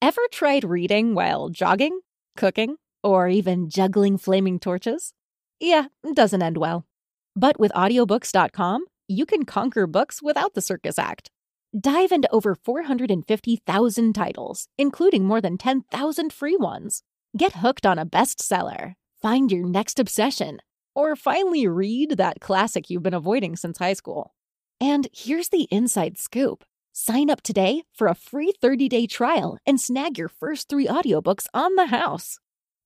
Ever tried reading while jogging, cooking, or even juggling flaming torches? Yeah, doesn't end well. But with audiobooks.com, you can conquer books without the circus act. Dive into over 450,000 titles, including more than 10,000 free ones. Get hooked on a bestseller, find your next obsession, or finally read that classic you've been avoiding since high school. And here's the inside scoop. Sign up today for a free 30-day trial and snag your first 3 audiobooks on the house.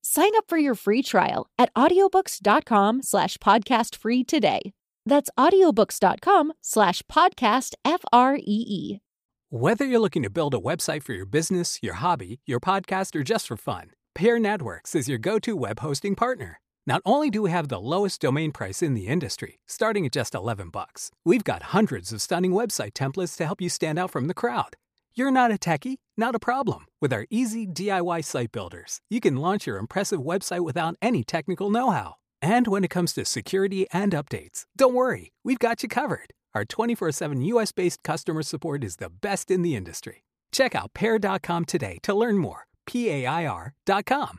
Sign up for your free trial at audiobooks.com slash podcast free today. That's audiobooks.com slash podcast F R E E. Whether you're looking to build a website for your business, your hobby, your podcast, or just for fun, Peer Networks is your go to web hosting partner. Not only do we have the lowest domain price in the industry, starting at just 11 bucks, we've got hundreds of stunning website templates to help you stand out from the crowd. You're not a techie? Not a problem. With our easy DIY site builders, you can launch your impressive website without any technical know how. And when it comes to security and updates, don't worry, we've got you covered. Our 24 7 US based customer support is the best in the industry. Check out pair.com today to learn more. P A I R.com.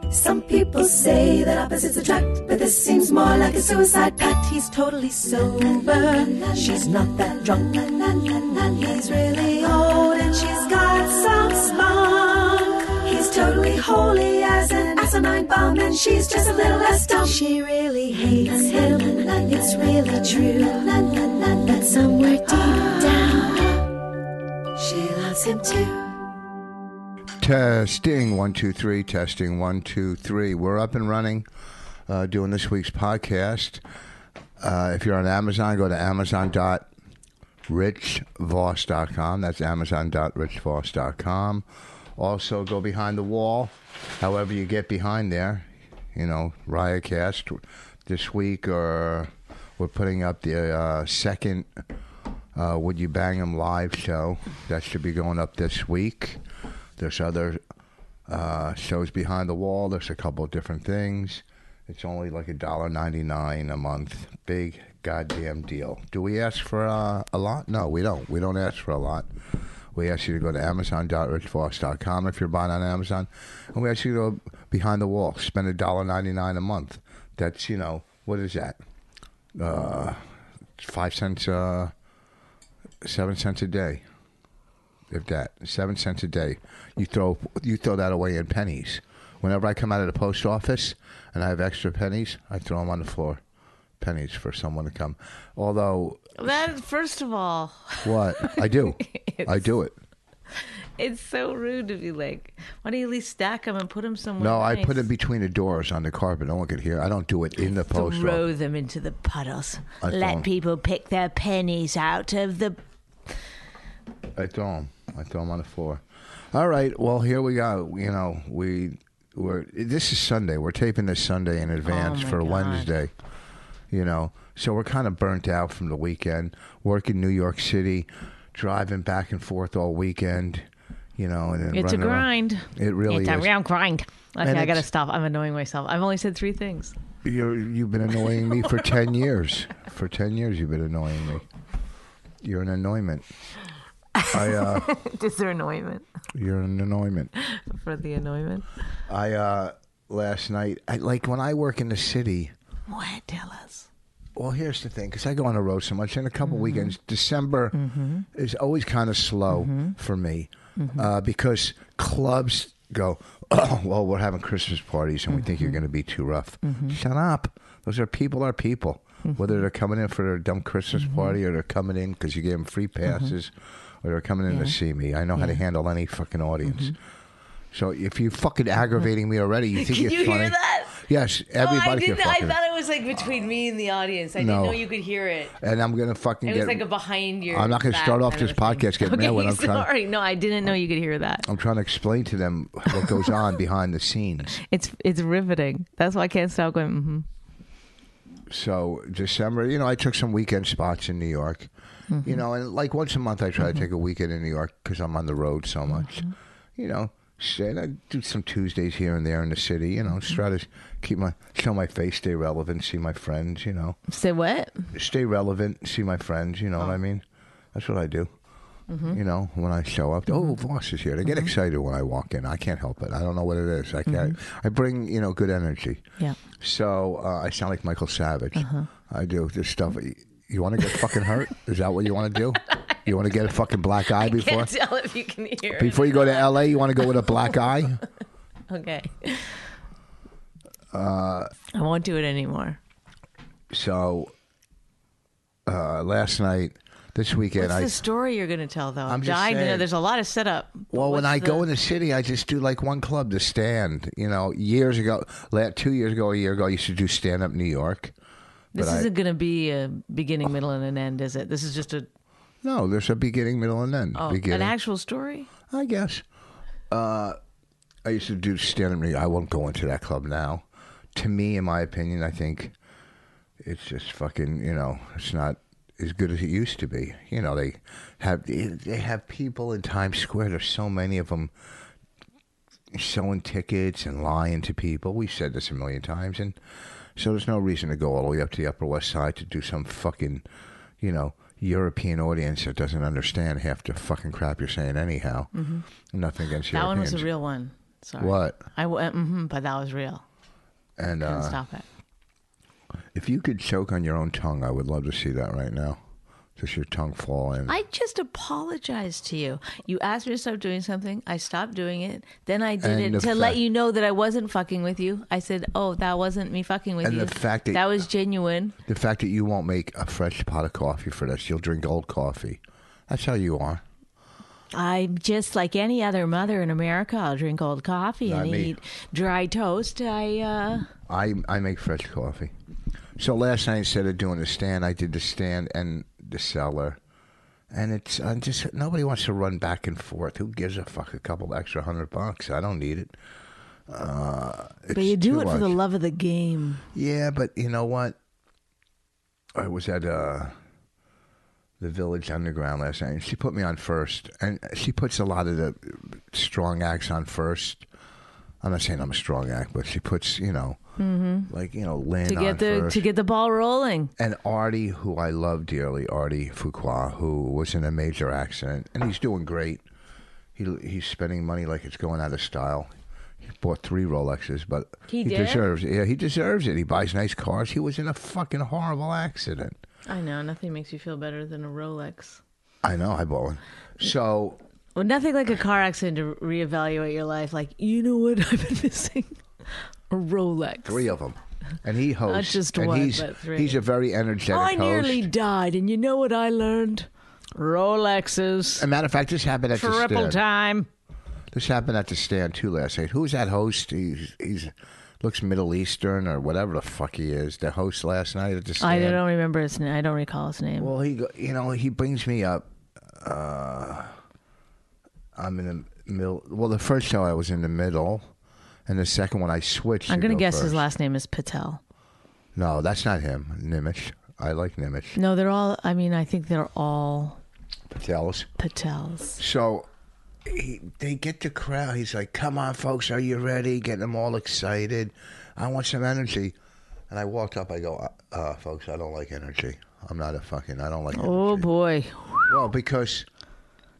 Some people say that opposites attract, but this seems more like a suicide pact. He's totally sober, she's not that drunk. He's really old and she's got some spunk. He's totally holy as an asinine bomb, and she's just a little less dumb. She really hates him, it's really true. But somewhere deep down, she loves him too. Testing one two three. Testing one two three. We're up and running, uh, doing this week's podcast. Uh, if you're on Amazon, go to amazon.richvoss.com. That's amazon.richvoss.com. Also, go behind the wall. However, you get behind there, you know, Riotcast this week, or we're putting up the uh, second uh, Would You Bang 'Em live show that should be going up this week. There's other uh, shows behind the wall. There's a couple of different things. It's only like a dollar ninety nine a month. Big goddamn deal. Do we ask for uh, a lot? No, we don't. We don't ask for a lot. We ask you to go to Amazon.richvoss.com if you're buying on Amazon, and we ask you to go behind the wall. Spend a dollar ninety nine a month. That's you know what is that? Uh, five cents. Uh, seven cents a day if that seven cents a day you throw you throw that away in pennies whenever i come out of the post office and i have extra pennies i throw them on the floor pennies for someone to come although That first of all, what i do i do it it's so rude to be like, why don't you at least stack them and put them somewhere? no i nice? put it between the doors on the carpet no one could hear i don't do it in the post Throw office them into the puddles. I Let don't. people pick their pennies out of the. i throw them i throw them on the floor all right well here we go you know we we're this is sunday we're taping this sunday in advance Oh, my for God. wednesday you know. So we're kind of burnt out from the weekend, working New York City, driving back and forth all weekend, you know. And then It's a running around. grind. It really it's a is. real grind. Okay, And I gotta it's- stop. I'm annoying myself. I've only said three things. You're, you've been annoying me for ten years. For ten years, you've been annoying me. You're an annoyment. I, uh, Just their annoyment you're an annoyment. for the annoyment. I uh, last night, I like when I work in the city. What? Tell us. Well, here's the thing, because I go on the road so much, and a couple Mm-hmm. weekends, December is always kind of slow Mm-hmm. for me uh, because clubs go, oh, well, we're having Christmas parties, and we think Mm-hmm. you're going to be too rough. Shut up. Those are people are people. Mm-hmm. Whether they're coming in for their dumb Christmas party or they're coming in because you gave them free Mm-hmm. passes or they're coming in to see me, I know how to handle any fucking audience. Mm-hmm. So if you fucking aggravating me already, you think Can it's you funny. hear that? Yes, everybody oh, I can didn't. I fucking. thought it was like between me and the audience. I No. didn't know you could hear it. and I'm gonna fucking It get. was like a behind your. I'm not going to back start off kind of this a thing. podcast getting Okay, mad when I'm sorry. trying. No, I didn't know you could hear that. I'm trying to explain to them what goes on behind the scenes. It's it's riveting. That's why I can't stop going. Mm-hmm. so December, you know, I took some weekend spots in New York. You know, and like once a month, I try to take a weekend in New York because I'm on the road so much. You know, shit, I do some Tuesdays here and there in the city. You know, just try to keep my show my face, stay relevant, see my friends. You know, Say what? stay relevant, see my friends. You know Oh. what I mean? That's what I do. Mm-hmm. You know, when I show up, oh, Voss is here. They get excited when I walk in. I can't help it. I don't know what it is. I can't. I Mm-hmm. bring you know good energy. Yeah. So uh, I sound like Michael Savage. Uh-huh. I do this stuff. You, want to get fucking hurt? Is that what you want to do? You want to get a fucking black eye before Can't tell if you can hear. it. before you go to L.A. You want to go with a black eye? Okay. Uh, Uh, I won't do it anymore. So uh, last night, this weekend, What's I the story you're going to tell, though? I'm I'm just dying to know. saying. There's a lot of setup. Well, when What's I go the- in the city, I just do like one club, the stand. You know, years ago, la- two years ago, a year ago, I used to do stand up New York. this but I- isn't going to be a beginning, middle, and an end, is it? This is just a No, there's a beginning, middle, and end. oh, an beginning, actual story. I guess. Uh, I used to do stand up New York. I won't go into that club now. To me, in my opinion, I think it's just fucking. You know, it's not as good as it used to be. You know, they have they have people in Times Square. There's so many of them. selling tickets and lying to people. We've said this a million times, and so there's no reason to go all the way up to the Upper West Side to do some fucking, you know, European audience that doesn't understand half the fucking crap you're saying anyhow. Nothing against Mm-hmm. That one Europeans. was a real one. Sorry. What? I went, mm-hmm, but that was real. And Couldn't uh, stop it. if you could choke on your own tongue, I would love to see that right now. Just your tongue fall in. I just apologized to you. You asked me to stop doing something. I stopped doing it. Then I did And the it to fact- let you know that I wasn't fucking with you. I said, "Oh, that wasn't me fucking with And you. the fact that- that was genuine." the fact that you won't make a fresh pot of coffee for this, you'll drink old coffee. That's how you are. I'm just like any other mother in America. I'll drink old coffee Not and me. eat dry toast. I uh, I I make fresh coffee. So last night instead of doing the stand, I did the stand and the cellar, and it's i just nobody wants to run back and forth. Who gives a fuck? A couple extra hundred bucks? I don't need it. Uh, but you do it for the love of the game. yeah. But you know what? I was at uh, the Village Underground last night, and she put me on first, and she puts a lot of the strong acts on first. I'm not saying I'm a strong act, but she puts you know, like you know, Lynn Mm-hmm. To on get the first to get the ball rolling. and Artie, who I love dearly, Artie Fuqua, who was in a major accident, and he's doing great. He he's spending money like it's going out of style. He bought three Rolexes, but He did? deserves. Yeah, he deserves it. He buys nice cars. He was in a fucking horrible accident. I know nothing makes you feel better than a Rolex. I know. I bought one. So Well, nothing like a car accident to reevaluate your life. Like, you know what I've been missing? A Rolex. three of them, and he hosts. just and one, he's, but three. Oh, He's a very energetic I host. nearly died, and you know what I learned? Rolexes. As a matter of fact, this happened at the Triple stand. time. This happened at the stand too last night. Who's that host? He's he's looks Middle Eastern or whatever the fuck he is. The host last night at the I stand. don't remember his name. I don't recall his name. Well, he go, you know he brings me up. Uh, I'm in the middle. Well, the first show I was in the middle, and the second one I switched. I'm to going to go guess his first. last name is Patel. No, that's not him. Nimish. I like Nimish. No, they're all, I mean, I think they're all Patels. Patels. So he, they get the crowd. He's like, "Come on, folks, are you ready?" Getting them all excited. I want some energy. And I walked up. I go, uh, uh, "Folks, I don't like energy. I'm not a fucking. I don't like energy." Oh, boy. Well, because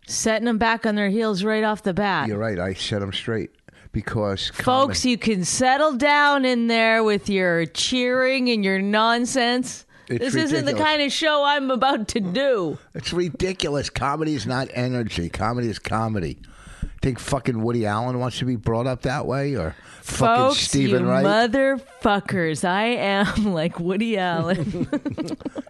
Setting them back on their heels right off the bat. you're right. I set them straight. Because Folks, you can settle down in there with your cheering and your nonsense. It's this isn't the ridiculous. kind of show I'm about to do. It's ridiculous. Comedy is not energy. Comedy is comedy. Think fucking Woody Allen wants to be brought up that way, or fucking Folks, Stephen you Wright? motherfuckers. I am like Woody Allen.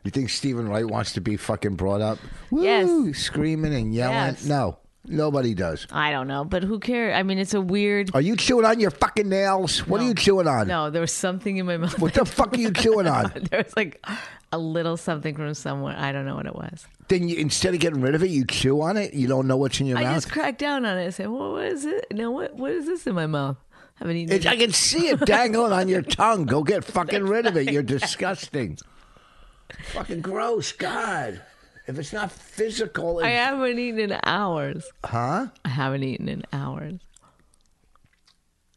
you think Stephen Wright wants to be fucking brought up? Woo, Yes. Screaming and yelling? Yes. No, nobody does. I don't know, but who cares? I mean, it's a weird. Are you chewing on your fucking nails? What are you chewing on? No, there was something in my mouth. What the fuck are you chewing on? There was like a little something from somewhere. I don't know what it was. Then you, instead of getting rid of it, you chew on it. You don't know what's in your I mouth. just cracked down on it. I said, "What was it? No, what? What is this in my mouth?" haven't eaten. It's, I can see it dangling on your tongue. Go get fucking rid of it. You're disgusting. Fucking gross. God. If it's not physical, I it's, haven't eaten in hours. huh? I haven't eaten in hours.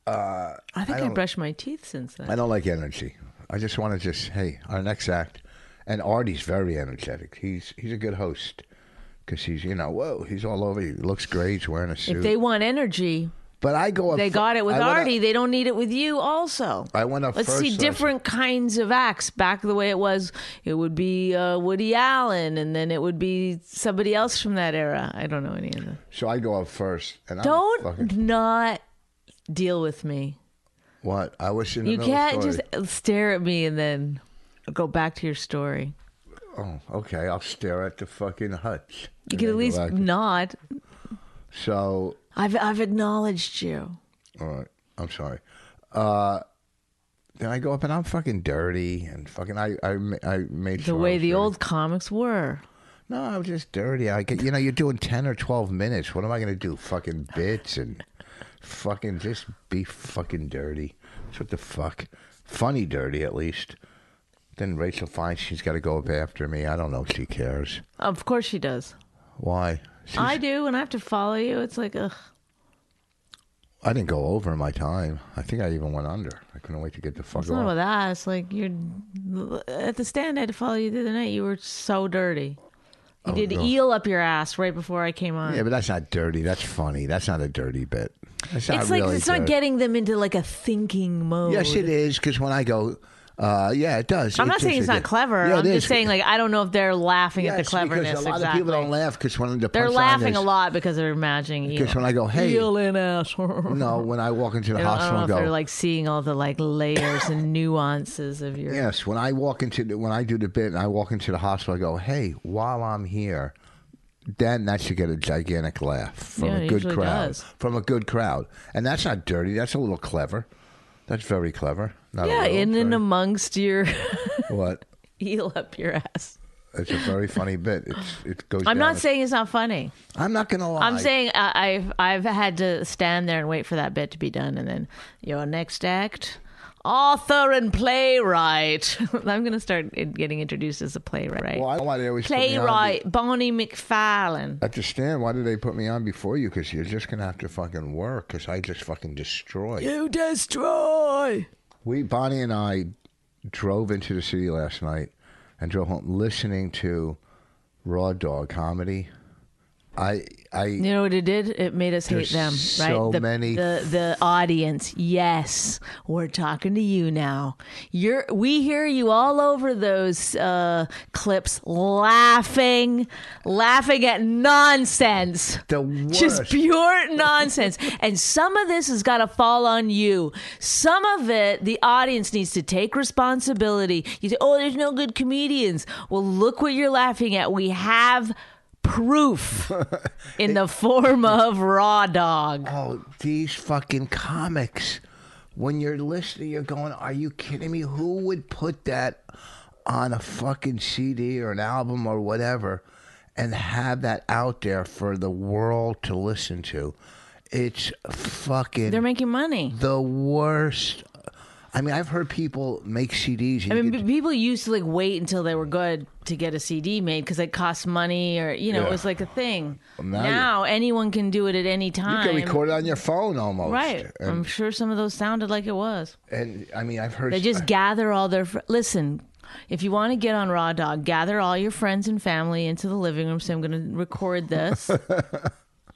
Uh, I think I, brushed my teeth since then. I don't like energy. I just want to just hey, our next act, and Artie's very energetic. He's he's a good host because he's you know whoa he's all over. He looks great. He's wearing a suit. If they want energy, but I go. Up they fir- got it with I went up- Artie. they don't need it with you, also. I went up Let's first see last- different kinds of acts. Back the way it was, it would be uh, Woody Allen, and then it would be somebody else from that era. I don't know any of them. so I go up first, and I'm Don't fucking, not deal with me. what I was in. the You middle of can't story. just stare at me and then go back to your story. Oh, okay. I'll stare at the fucking hutch. You could at least nod. So I've I've acknowledged you. All right. I'm sorry. Uh, then I go up and I'm fucking dirty and fucking I I, ma- I made The sure I way was the dirty. old comics were. no I was just dirty. I get, you know you're doing ten or twelve minutes. What am I gonna do? Fucking bits and fucking just be fucking dirty. That's what the fuck. Funny dirty at least. Then Rachel Feinstein's got to go up after me. I don't know if she cares. Of course she does. Why? She's, I do, and I have to follow you. It's like ugh. I didn't go over my time. I think I even went under. I couldn't wait to get the fuck It's off. not about that. It's like you're at the stand. I had to follow you the other night. You were so dirty. You did eel up your ass right before I came on. Oh, Yeah, but that's not dirty. That's funny. That's not a dirty bit. That's not it's like really it's dirty. not getting them into like a thinking mode. Yes, it is. Because when I go, uh, yeah, it does. I'm It not saying just- it's it not is. clever. Yeah, it I'm is. just saying like I don't know if they're laughing Yes, at the cleverness. Because a lot exactly. of people don't laugh because when the They're punchline laughing is- a lot because they're imagining eel. Because when I go, hey, eel in ass. no, when I walk into the I don't, I hospital and don't know if go, they're like seeing all the like layers and nuances of your. yes, when I walk into the, when I do the bit and I walk into the hospital, I go, hey, while I'm here, then that should get a gigantic laugh from Yeah, a it good usually crowd. does. From a good crowd, and that's not dirty. That's a little clever. That's very clever. Not a Yeah, little, in and very- amongst your what? eel up your ass. It's a very funny bit. It's, it goes. down I'm not as- saying it's not funny. I'm not gonna lie. I'm saying I, I've I've had to stand there and wait for that bit to be done, and then your next act, author and playwright. I'm gonna start in- getting introduced as a playwright. Well, I don't know why they always put me on playwright Bonnie McFarlane. the- I understand why did they put me on before you? Because you're just gonna have to fucking work. Because I just fucking destroy. You destroy. We Bonnie and I drove into the city last night and drove home listening to Raw Dog comedy. I I You know what it did? It made us hate There's them, right? so the, many- the the audience. Yes, we're talking to you now. You're we hear you all over those uh, clips, laughing, laughing at nonsense. the worst. Just pure nonsense. And some of this has got to fall on you. Some of it, the audience needs to take responsibility. You say, oh, there's no good comedians. Well, look what you're laughing at. We have proof in the form of Raw Dog. Oh, these fucking comics. When you're listening, you're going, Are you kidding me? Who would put that on a fucking CD or an album or whatever and have that out there for the world to listen to? It's fucking They're making money. the worst. I mean, I've heard people make CDs. And I mean, you p- people used to like wait until they were good to get a CD made because it cost money or, you know, Yeah. it was like a thing. now now you- anyone can do it at any could- time. you can record it on your phone almost. Right. Um, I'm And, sure some of those sounded like it was. and I mean, I've heard. They just gather all their. Fr- Listen, if you want to get on Raw Dog, gather all your friends and family into the living room. Say, I'm going to record this.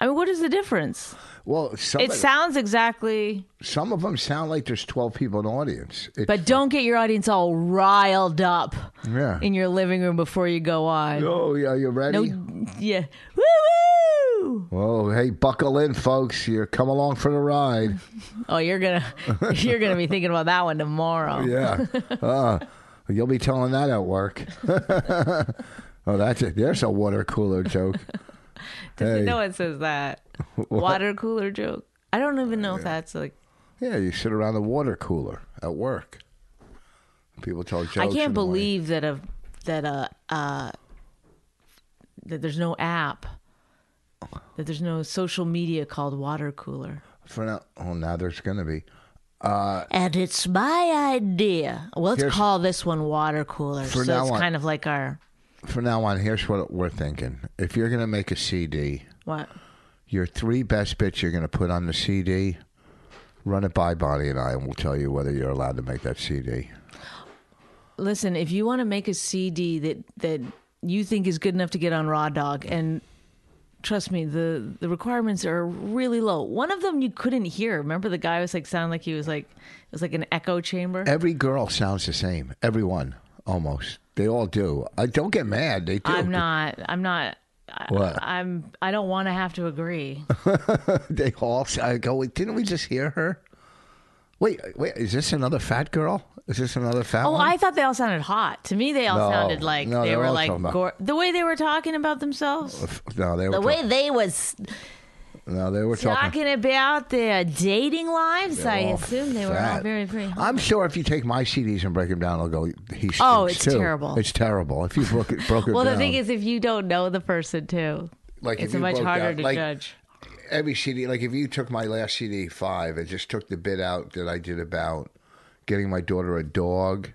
I mean, what is the difference? well, It somebody, sounds exactly, some of them sound like there's 12 people in the audience. It's but don't get your audience all riled up Yeah. in your living room before you go on. Oh, yeah, you ready? Yeah. Woo woo! Oh, hey, buckle in, folks. You're come along for the ride. Oh, you're gonna you're gonna be thinking about that one tomorrow. Yeah. Uh, you'll be telling that at work. oh, that's it. There's a water cooler joke. You Hey. know it says that water cooler joke. I don't even know if that's like Yeah, you sit around the water cooler at work. People tell jokes. I can't in the morning. believe that a that a uh, that there's no app, that there's no social media called Water Cooler. For now, oh, now there's going to be. and it's my idea. Well, let's Here's- call this one water cooler. For so now it's on. kind of like our From now on, here's what we're thinking. If you're going to make a CD, what? your three best bits you're going to put on the CD, run it by Bonnie and I, and we'll tell you whether you're allowed to make that CD. Listen, if you want to make a CD that that you think is good enough to get on Raw Dog, and trust me, the the requirements are really low. One of them you couldn't hear. Remember, the guy was like, sound like he was like it was like an echo chamber. Every girl sounds the same. Everyone, almost. They all do. I don't get mad. They do. I'm not. I'm not. I- What? Uh-huh. I'm. I don't want to have to agree. They all. I go. Wait, didn't we just hear her? Wait, wait. Is this another fat girl? Is this another fat? Oh, one? I thought they all sounded hot. To me, they all No. sounded like No, they they're were all like talking about- gor the way they were talking about themselves. No, they were. The talk- way they was no, they were talking. talking about their dating lives, I all assume they were all fat. very pretty. hot. I'm sure if you take my CDs and break them down, I'll go. He Oh, stinks it's too." terrible. It's terrible. If you broke it, broke it Well, down, the thing is, if you don't know the person too, like if it's you much broke harder down- to like, judge. every CD, like if you took my last CD five, it just took the bit out that I did about getting my daughter a dog.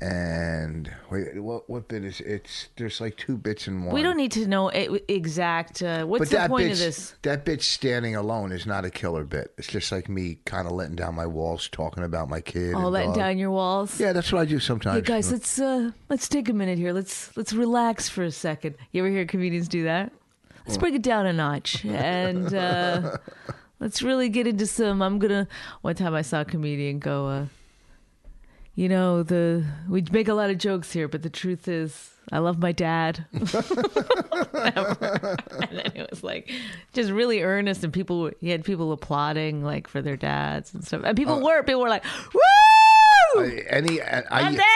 And wait, what what bit is it's? There's like two bits in one. We don't need to know it, exact. Uh, what's the that point of bit's- this? That bitch standing alone is not a killer bit. It's just like me kind of letting down my walls, talking about my kid. Oh, and letting dog. down your walls. Yeah, that's what I do sometimes. Hey guys, let's uh, let's take a minute here. Let's let's relax for a second. You ever hear comedians do that? Let's bring it down a notch and uh, let's really get into some. I'm gonna. One time I saw a comedian go, uh, you know, the we make a lot of jokes here, but the truth is, I love my dad. and then it was like just really earnest, and people were- he had people applauding like for their dads and stuff, and people were people were like, woo, I- any, I, my I, dad.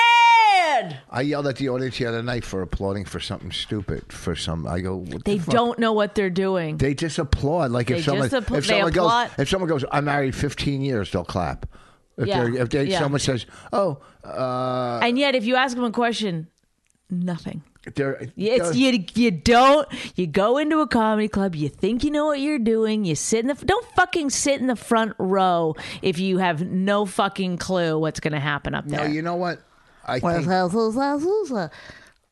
I yelled at the audience the other night for applauding for something stupid. For some, I go. what They the fuck? don't know what they're doing. They just applaud. Like They if someone, just appla- if they someone applaud- goes, if someone goes, I'm married 15 years, they'll clap. If, Yeah, they're- if they, yeah. someone says, "Oh, uh, and yet, if you ask them a question, nothing. they're, It's, you, you don't. You go into a comedy club. You think you know what you're doing. You sit in the. Don't fucking sit in the front row if you have no fucking clue what's going to happen up no, there. you know what? I think the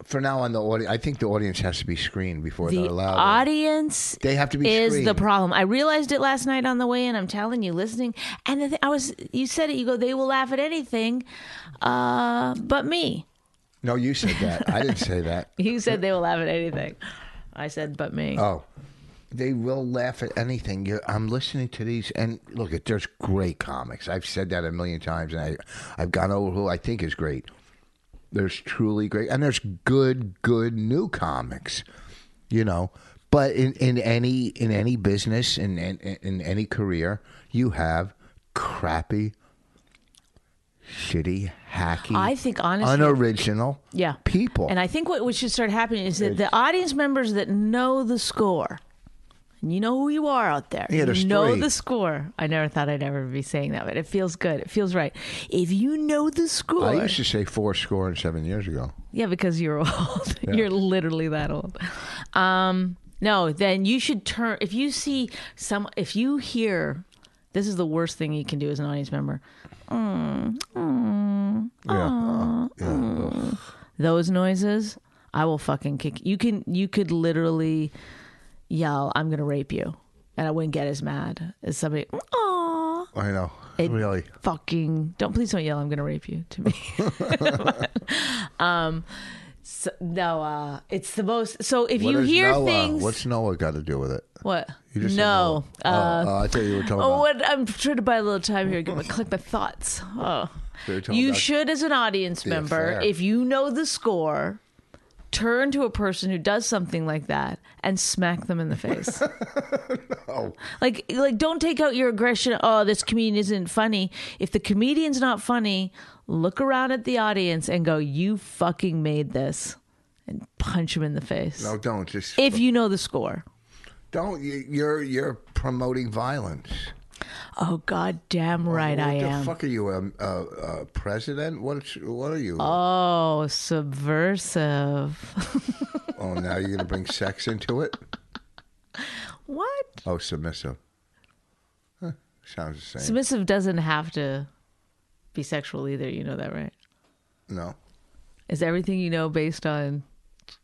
for now on the audience, I think the audience has to be screened before they're allowed. audience They have to be is screened. the problem. I realized it last night on the way in. I'm telling you, listening, and the th- I was. You said it. You go. They will laugh at anything, uh, but me. no, you said that. I didn't say that. You said they will laugh at anything. I said, but me. Oh, they will laugh at anything. You're, I'm listening to these, and look, it- there's great comics. I've said that a million times, and I, I've gone over who I think is great. There's truly great, and there's good, good new comics, you know. But in, in any in any business in, in in any career, you have crappy, shitty, hacky. I think honestly- unoriginal. yeah. people. And I think what, what should start happening is that the audience members that know the score, and you know who you are out there. Yeah, there's you know three. the score. I never thought I'd ever be saying that, but it feels good. It feels right. If you know the score, I used to say four score and seven years ago. Yeah, because you're old. you're literally that old. Um, no, then you should turn. If you see some, if you hear, this is the worst thing you can do as an audience member. Yeah. Yeah. Those noises, I will fucking kick. You can, you could literally yell, "I'm gonna rape you," and I wouldn't get as mad as somebody. Aw. I know. It- really. fucking don't please don't yell i'm gonna rape you to me um so, no uh it's the most so if What you is hear Noah? things What's Noah got to do with it? what You just said no Noah. uh oh, oh, I thought you were talking oh, about. what I'm trying to buy a little time here. Give me click my thoughts. Oh. So you're talking You about should, as an audience member, affair. if you know the score, turn to a person who does something like that and smack them in the face. Like, like, don't take out your aggression. Oh, this comedian isn't funny. If the comedian's not funny, look around at the audience and go, "You fucking made this," and punch him in the face. No, don't just If you know the score. don't. You, you're you're promoting violence. Oh, god damn right Oh, what I the am. fuck are you, a, a, a president? What's what are you? Oh, subversive. oh, now you're gonna bring sex into it? What? Oh, submissive. Huh. Sounds the same. Submissive doesn't have to be sexual either. You know that, right? no. Is everything you know based on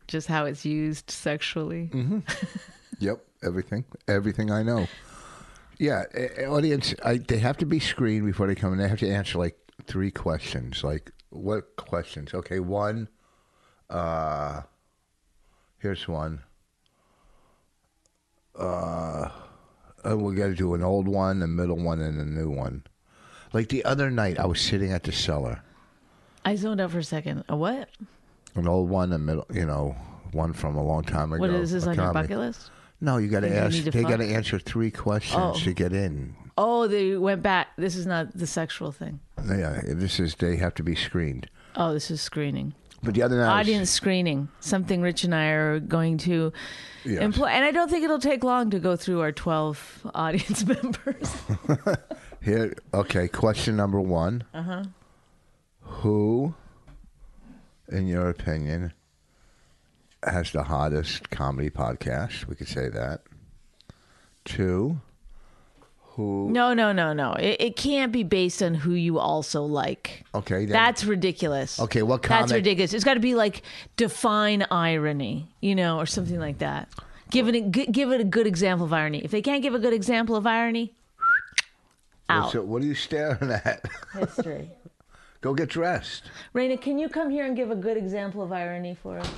just how it's used sexually? Yep, everything, everything I know. Yeah, a- a- audience, I, they have to be screened before they come in. They have to answer like three questions. Like what questions? Okay, one. Uh, here's one. Uh, and we got to do an old one, a middle one, and a new one. Like the other night, I was sitting at the cellar. I zoned out for a second. A what? An old one, a middle, you know, one from a long time ago. What is this a on your comedy. bucket list? No, you got Like, to you ask. need to they fuck? got to answer three questions Oh. to get in. Oh, they went back. This is not the sexual thing. Yeah, this is they have to be screened. Oh, this is screening. But the other night, Oh, I was- Audience screening. Something Rich and I are going to Yes. employ. And I don't think it'll take long to go through our 12 audience members. here. Okay, question number one. Uh Uh-huh. huh. Who, in your opinion, has the hottest comedy podcast? We could say that. Two. Who? No, no, no, no. It, it can't be based on who you also like. Okay, then- that's ridiculous. Okay, what That's comic- ridiculous. It's got to be like define irony, you know, or something like that. Give it a, g- give it a good example of irony. If they can't give a good example of irony, out. So what are you staring at? History. Go get dressed. Raina, can you come here and give a good example of irony for us?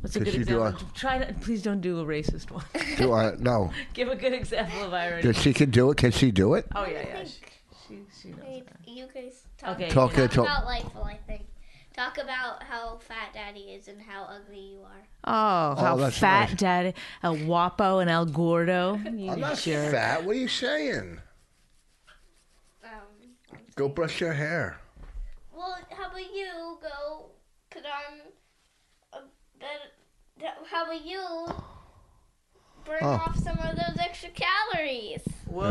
What's a Could good you do example? Try to, please don't do a racist one. Do I? No. give a good example of irony. Does she can do it? Can she do it? oh yeah, yeah. She, she knows. Wait, You guys talk, Okay. Talk, uh, talk talk. about life, I think. Talk about how fat daddy is and how ugly you are. Oh, how that's fat nice. daddy, El Guapo and El Gordo. You I'm not jerk. fat. What are you saying? Um, Go brush your hair. well, how about you go put on a bed? How about you burn off some of those extra calories? Whoa,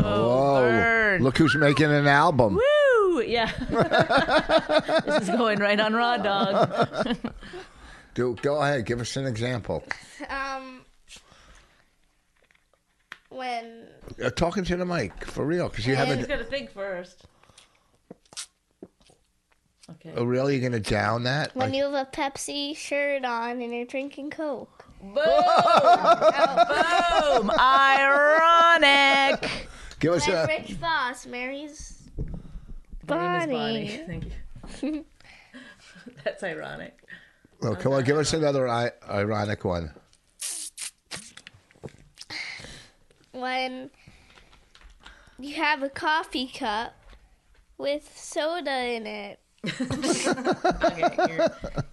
Whoa! Oh, burn. Look who's making an album. Woo! Yeah. this is going right on Raw Dog. Do, go ahead, give us an example. Um, when Uh, talking to the mic for real, because you He's haven't. got to think first. Okay. Oh, really? You're gonna down that? when Like, you have a Pepsi shirt on and you're drinking Coke. Boom! Boom! Ironic. give us When a. Rich Voss marries Bonnie. Thank you. That's ironic. Oh, come on, give us another I- ironic one. when you have a coffee cup with soda in it.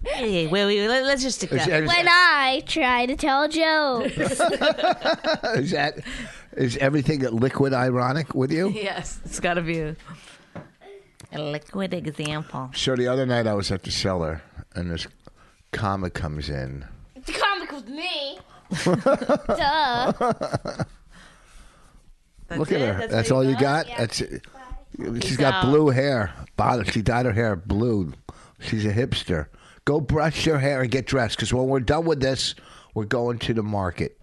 Hey, wait, wait, wait, let- let's just stick Is, that. is- When I try to tell a joke. is that is everything liquid ironic with you? Yes, it's got to be a, a liquid example. So the other night I was at the cellar, and this comic comes in. the comic was me. Duh. Look at her. That's, all you got. That's it. She's got out. blue hair. Bother. She dyed her hair blue. She's a hipster. Go brush your hair and get dressed. Because when we're done with this, we're going to the market.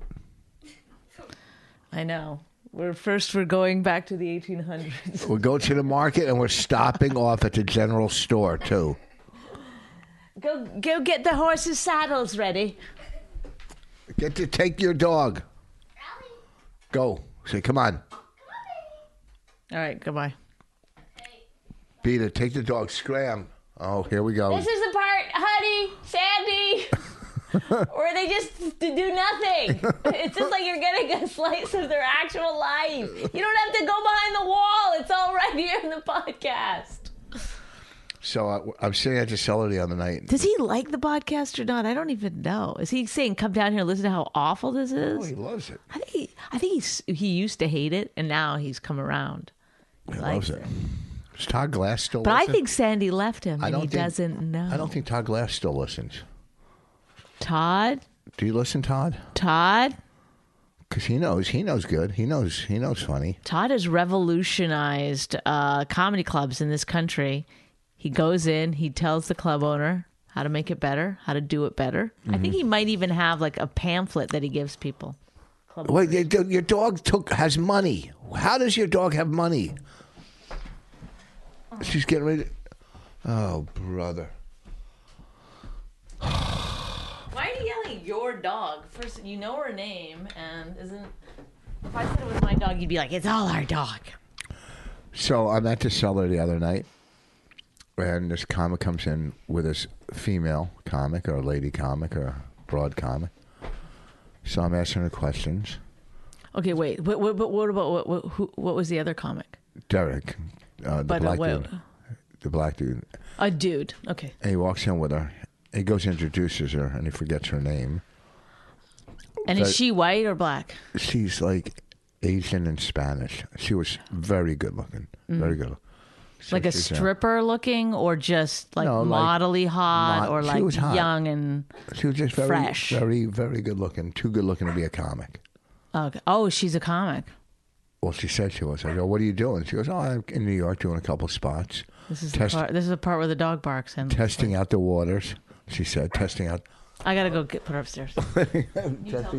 I know. We're first. We're going back to the 1800s. We're going to the market and we're stopping off at the general store too. Go, go get the horses' saddles ready. Get to take your dog. Go. Say, come on, All right, goodbye. Beta. Take the dog. Scram. Oh, here we go. This is the part, honey, Sandy, where they just d- do nothing. It's just like you're getting a slice of their actual life. You don't have to go behind the wall. It's all right here in the podcast. So I, I'm sitting at the cellar the other night. Does he like the podcast or not? I don't even know. Is he saying, "Come down here, listen to how awful this Oh, is"? he loves it. I think he, I think he's he used to hate it, and now he's come around. He loves likes it. Is Todd Glass still? But I listen? think Sandy left him, I and don't he think- doesn't know. I don't think Todd Glass still listens. Todd, Do you listen, Todd? Todd, Because he knows. He knows good. He knows. He knows funny. Todd has revolutionized uh, comedy clubs in this country. He goes in, he tells the club owner how to make it better, how to do it better. I Mm-hmm. think he might even have like a pamphlet that he gives people. Wait, your your dog took has money. How does your dog have money? She's getting ready. To, oh, brother. Why are you yelling your dog? First, you know her name, and isn't. If I said it was my dog, you'd be like, it's all our dog. So I'm at the cellar the other night, and this comic comes in with this female comic or lady comic or broad comic. So I'm asking her questions. Okay, wait. But what, what, what about what, what, who, what was the other comic? Derek, uh, the But, uh, black what- dude, the black dude, A dude. Okay. and he walks in with her. He goes and introduces her, and he forgets her name. And That- is she white or black? she's like Asian and Spanish. She was very good looking, very good. look- So Mm. Like a she's, uh, stripper looking, or just like No, like modelly hot, mod- or she like was hot. young and she was just very, fresh. very, very good looking. Too good looking to be a comic. okay. oh, she's a comic. Well, she said she was. I go, what are you doing? She goes, oh, I'm in New York doing a couple spots, This is Test- the part. This is the part where the dog barks, and testing out the waters. She said, testing out. I gotta go get put her upstairs. testing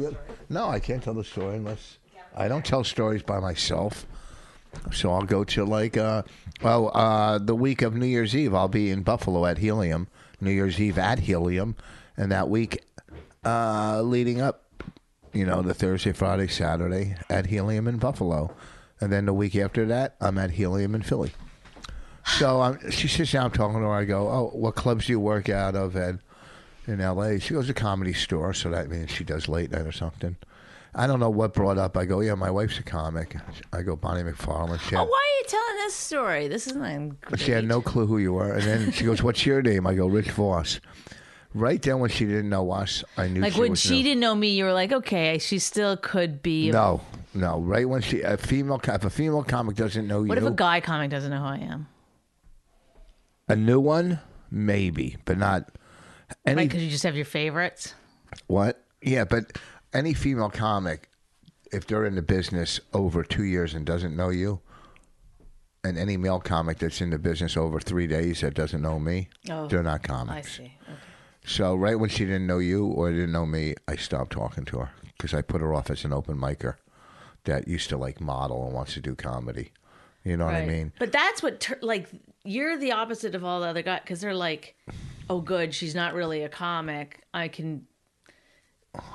out. No, I can't tell the story unless I don't tell stories by myself. So I'll go to like, uh, well, uh, the week of New Year's Eve, I'll be in Buffalo at Helium, New Year's Eve at Helium, and that week uh, leading up, you know, the Thursday, Friday, Saturday at Helium in Buffalo, and then the week after that, I'm at Helium in Philly. So um, she sits down I'm talking to her. I go, "Oh, what clubs do you work out of?" And in L.A., she goes to Comedy Store, so that means she does late night or something. I don't know what brought up. I go, "Yeah, my wife's a comic." I go, "Bonnie McFarlane." She Oh, had, why are you telling this story? This isn't. Great. she had no clue who you were, and then she goes, "What's your name?" I go, "Rich Voss." Right then, when she didn't know us, I knew Like she when was she new. didn't know me, you were like, okay, she still could be. No, no. Right when she a female co- if a female comic doesn't know What you, if a guy comic doesn't know who I am? a new one, maybe, but not any Right? Because you just have your favorites. what? Yeah, but any female comic, if they're in the business over two years and doesn't know you, and any male comic that's in the business over three days that doesn't know me, Oh, they're not I comics. see. So right when she didn't know you or didn't know me, I stopped talking to her because I put her off as an open micer that used to like model and wants to do comedy. You know what I mean? But that's what, tur like, you're the opposite of all the other guys because they're like, oh, good, she's not really a comic. I can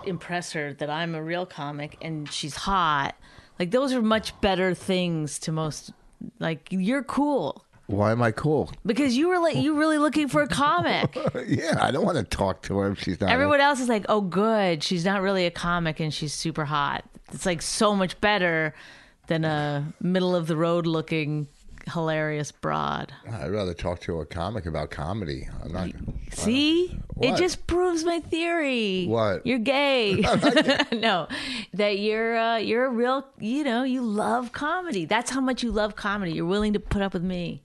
impress her that I'm a real comic and she's hot. Like, those are much better things to most. Like, you're cool Why am I cool? because you were like, you really looking for a comic. yeah, I don't want to talk to her if she's not. Everyone else is like, oh, good, she's not really a comic and she's super hot. It's like so much better than a middle of the road looking hilarious broad. I'd rather talk to a comic about comedy. I'm not. See? What? It just proves my theory. What? You're gay. no. That you're uh, you're a real you know, you love comedy. That's how much you love comedy. You're willing to put up with me.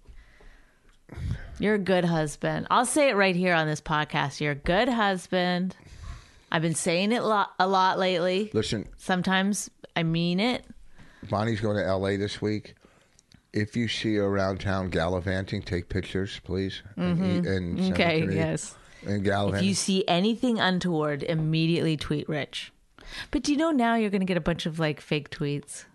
You're a good husband. I'll say it right here on this podcast. You're a good husband. I've been saying it lo- a lot lately. Listen, Sometimes I mean it. Bonnie's going to L.A. this week. If you see her around town gallivanting, take pictures, please. And eat- And, send them Mm-hmm. Okay, to me. yes. And If gallivanting. you see anything untoward, immediately tweet Rich. But do you know now you're going to get a bunch of like fake tweets?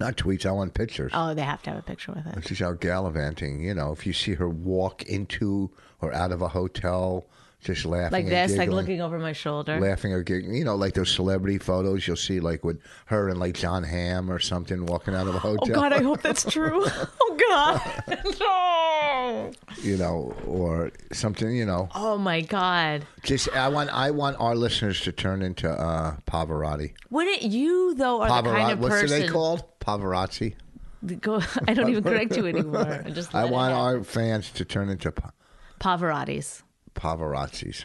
not tweets. I want pictures. Oh, they have to have a picture with it. She's out gallivanting. You know, if you see her walk into or out of a hotel, just laughing, Like and this, like giggling, looking over my shoulder. laughing or giggling. You know, like those celebrity photos you'll see, like with her and like John Hamm or something walking out of a Oh hotel. God, I hope that's true. oh God. No. You know, or something. You know, Oh my God. just I want I want our listeners to turn into uh, Pavarotti. Wouldn't you though are the Pavarotti. kind of what's person they called? Pavarazzi. that Go, I don't even correct you anymore. I just I let it want happen. our fans to turn into pa- Pavarottis. Pavarottis.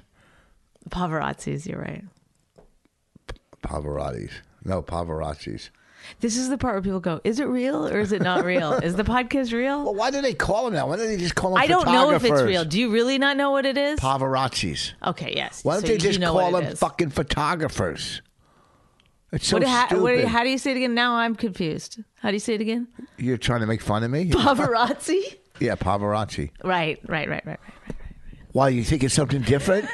Pavarottis, you're right. Pavarottis. No, Pavarottis. This is the part where people go, is it real or is it not real? is the podcast real? Well, why do they call them that? Why don't they just call them I don't know if it's photographers? real. Do you really not know what it is? Pavarottis. okay, yes. Why don't So they you just know call what it them is. fucking photographers? It's so What- how- stupid. what- how do you say it again? Now I'm confused. How do you say it again? You're trying to make fun of me? Pavarotti? yeah, Pavarotti. Right, right, right, right, right. Why, you think it's something different?